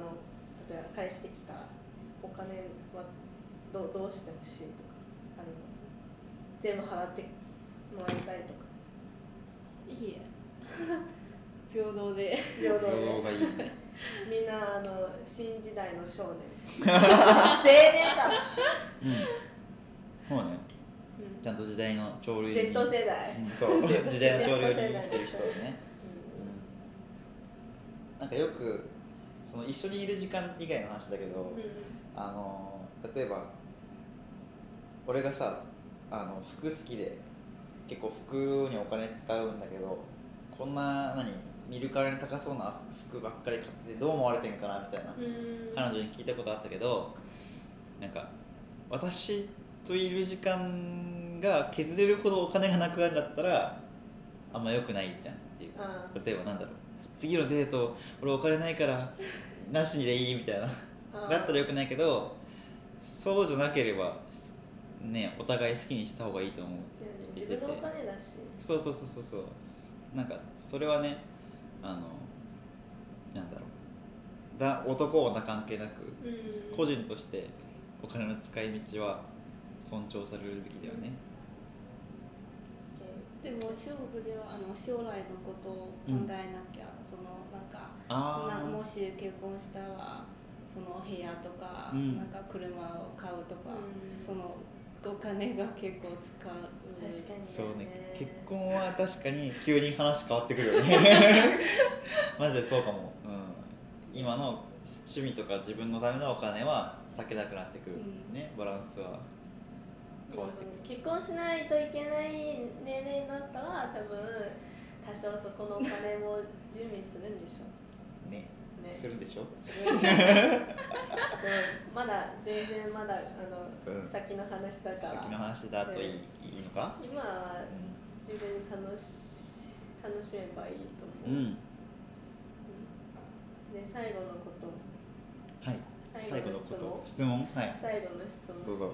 Speaker 3: 例えば返してきたお金はどうどうしてほしいとかあります全部払ってもらいたいとか
Speaker 2: いいえ平等で
Speaker 3: 平等
Speaker 1: 平
Speaker 3: で
Speaker 1: 等がいい
Speaker 3: みんなあの新時代の少年青年か
Speaker 1: うんそうね
Speaker 3: うん
Speaker 1: ちゃんと時代の潮流に
Speaker 3: Z 世代、
Speaker 1: うんそう時代の潮流に生きてる人ね、うん、なんかよくその一緒にいる時間以外の話だけど、
Speaker 3: うんうん
Speaker 1: あのー例えば俺がさあの服好きで結構服にお金使うんだけどこんな何見るからに高そうな服ばっかり買っててどう思われてんかなみたいな
Speaker 3: うん
Speaker 1: 彼女に聞いたことあったけどなんか私といる時間が削れるほどお金がなくなるんだったらあんま良くないじゃんっていう
Speaker 3: あ
Speaker 1: 例えばなんだろう次のデート俺お金ないからなしでいいみたいな
Speaker 3: あ
Speaker 1: だったらよくないけどそうじゃなければねお互い好きにした方がいいと思う
Speaker 3: 自分のお金だし
Speaker 1: そうそうそうそうそうなんかそれはねあのなんだろうだ男女関係なく
Speaker 3: うん
Speaker 1: 個人としてお金の使い道は尊重されるべきだよね
Speaker 2: でも中国ではあの将来のことを考えなきゃ、そのなんかな
Speaker 1: あ
Speaker 2: もし結婚したらその部屋とか、
Speaker 1: うん
Speaker 2: なんか車を買うとか、
Speaker 3: うん
Speaker 2: そのお金が結構使う
Speaker 3: 確かに
Speaker 1: そうね結婚は確かに急に話変わってくるよ ねマジでそうかも、うん、今の趣味とか自分のためのお金は避けなくなってくる、ねバランスは変わってくる
Speaker 3: 結婚しないといけない年齢になったら多分多少そこのお金も準備するんでしょ
Speaker 1: ね
Speaker 3: うね
Speaker 1: するでしょ
Speaker 3: すごいねうんまだ全然まだあの、
Speaker 1: うん
Speaker 3: 先の話だから
Speaker 1: 先の話だといい,、
Speaker 3: ね
Speaker 1: いいのか
Speaker 3: 今は
Speaker 1: う
Speaker 3: 自分に楽し楽しめばいいと思う、
Speaker 1: ん、う
Speaker 3: ね
Speaker 1: ん、
Speaker 3: 最後のこと
Speaker 1: はい
Speaker 3: 最後の質
Speaker 1: 質問は
Speaker 3: 問
Speaker 1: い
Speaker 3: 最後の質問したいと思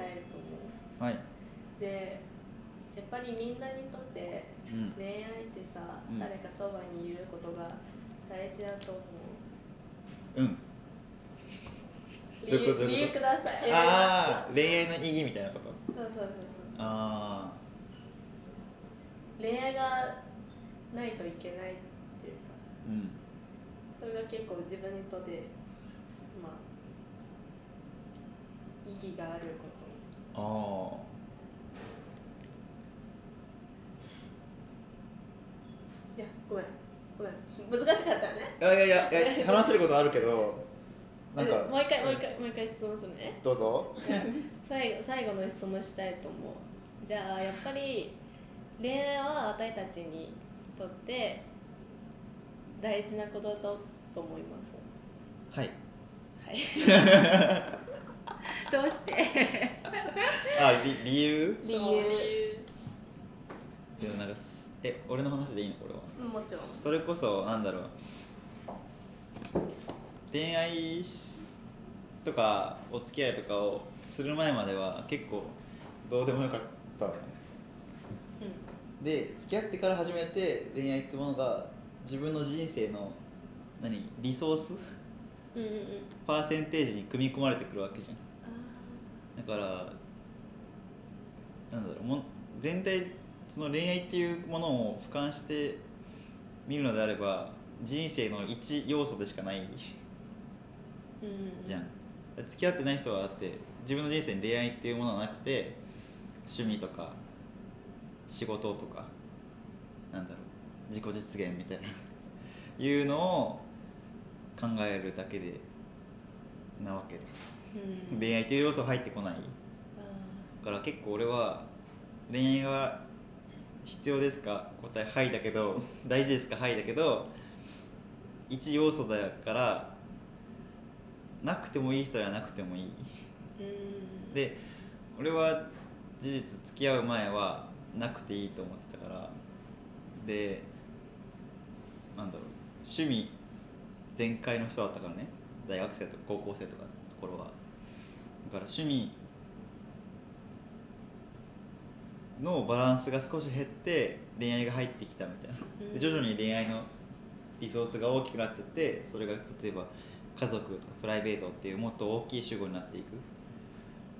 Speaker 1: はい、
Speaker 3: うでやっぱりみんなにとって
Speaker 1: うん、
Speaker 3: 恋愛ってさ、
Speaker 1: うん
Speaker 3: 誰かそばにいることが大事だと思う
Speaker 1: うん
Speaker 3: 理
Speaker 1: どういう
Speaker 3: 由
Speaker 1: ことどう
Speaker 3: 理
Speaker 1: いう
Speaker 3: 由
Speaker 1: こ
Speaker 3: ください
Speaker 1: ああ恋愛の意義みたいなこと
Speaker 3: そうそうそうそう
Speaker 1: あ
Speaker 3: 恋愛がないといけないっていうか
Speaker 1: あうん
Speaker 3: それが結構自分にとってまあ意義があること
Speaker 1: ああ
Speaker 3: いやごめんごめん難しかったよね
Speaker 1: いやいやいや話せることはあるけどなんか
Speaker 3: もう一回もう一回もう一回質問するね
Speaker 1: どうぞ
Speaker 3: じゃあ最後最後の質問したいと思うじゃあやっぱり恋愛は私たちにとって大事なことだと思います
Speaker 1: はい
Speaker 3: はい
Speaker 2: どうして
Speaker 1: あり理由
Speaker 3: 理
Speaker 4: そう
Speaker 3: 由
Speaker 1: いやなんかすえ俺の話でいいのこれは
Speaker 4: もちろん
Speaker 1: それこそなんだろう恋愛とかお付き合いとかをする前までは結構どうでもよかったのね、で付き合ってから初めて恋愛ってものが自分の人生の何リソース
Speaker 3: うんうんうん
Speaker 1: パーセンテージに組み込まれてくるわけじゃん
Speaker 3: あ
Speaker 1: だからなんだろうもん全体その恋愛っていうものを俯瞰して見るのであれば人生の一要素でしかない
Speaker 3: ーうんうんうん
Speaker 1: じゃん付き合ってない人はだって自分の人生に恋愛っていうものはなくて趣味とか仕事とかなんだろう自己実現みたいな いうのを考えるだけでなわけで
Speaker 3: うん
Speaker 1: 恋愛っていう要素入ってこない
Speaker 3: あ
Speaker 1: だから結構俺は恋愛は必要ですか答え「はい」だけど 大事ですか「はい」だけど一要素だからなくてもいい人はなくてもいい
Speaker 3: ーうん
Speaker 1: で俺は事実付き合う前はなくていいと思ってたからでなんだろう趣味全開の人だったからね大学生とか高校生とかのところはだから趣味のバランスが少し減って恋愛が入ってきたみたいな
Speaker 3: うん
Speaker 1: で徐々に恋愛のリソースが大きくなってってそれが例えば家族とかプライベートっていうもっと大きい主語になっていく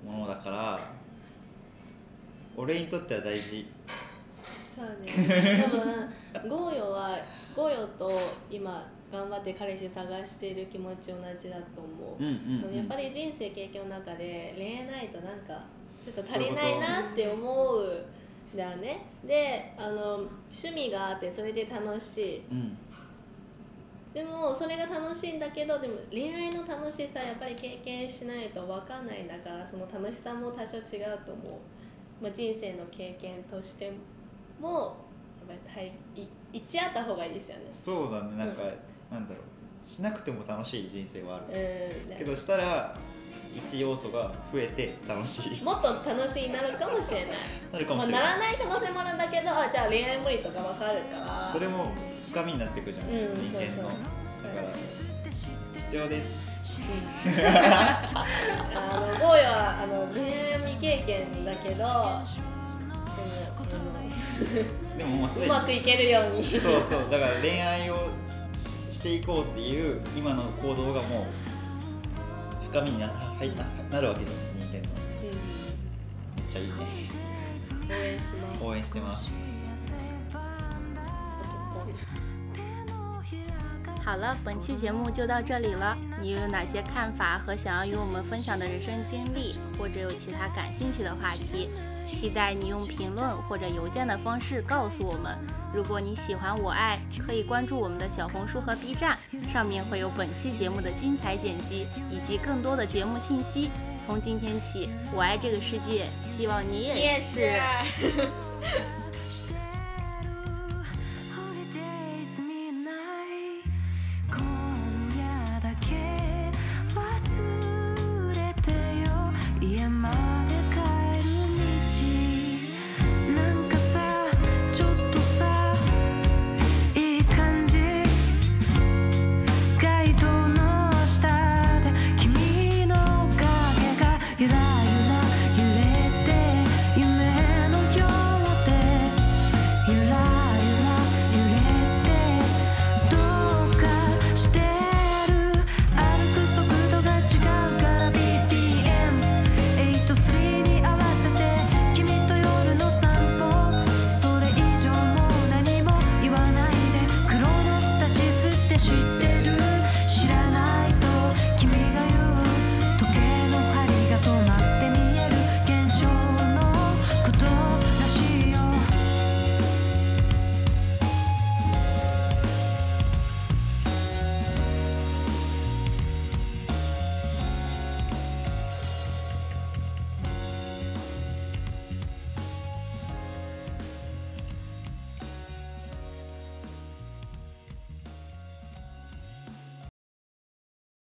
Speaker 1: ものだから俺にとっては大事
Speaker 3: そうね多分ゴーヨはゴーヨと今頑張って彼氏探してる気持ち同じだと思
Speaker 1: うんう
Speaker 3: う、
Speaker 1: ん、うん、
Speaker 3: やっぱり人生経験の中で恋愛ないとなんかちょっと足りないなって思うんだよねであの趣味があってそれで楽しい
Speaker 1: うん
Speaker 3: でもそれが楽しいんだけどでも恋愛の楽しさやっぱり経験しないと分かんないんだからその楽しさも多少違うと思う、まあ、人生の経験としてもやっぱり対い一致あった方がいいですよね
Speaker 1: そうだねなんか、
Speaker 3: う
Speaker 1: なんだろうしなくても楽しい人生はある、
Speaker 3: うんだ
Speaker 1: け
Speaker 3: か
Speaker 1: どしたら一要素が増えて楽しい
Speaker 3: らもっと楽しいになるかもしれない
Speaker 1: なるかも
Speaker 3: まあ
Speaker 1: しれ
Speaker 3: な
Speaker 1: ない
Speaker 3: らない可能性もあるんだけどあじゃあ恋愛無理とか分かるから
Speaker 1: それも深みになってくるじゃん、
Speaker 3: うんそうそう
Speaker 1: 人間のだから必要です
Speaker 3: あのゴーヤはあの恋愛未経験だけどでも、
Speaker 1: でももうすで
Speaker 3: うんう
Speaker 1: に
Speaker 3: まくいけるように
Speaker 1: そうそうだから恋愛をししていこうっていう今の行動がもう深みにな入ったなるわけじゃん人間の
Speaker 3: う
Speaker 1: めっちゃいいね
Speaker 3: ん応援します
Speaker 1: 応援してます
Speaker 2: 好了，本期节目就到这里了。你有哪些看法和想要与我们分享的人生经历，或者有其他感兴趣的话题？期待你用评论或者邮件的方式告诉我们。如果你喜欢我爱，可以关注我们的小红书和 B 站，上面会有本期节目的精彩剪辑以及更多的节目信息。从今天起，我爱这个世界，希望你也
Speaker 3: 你也是。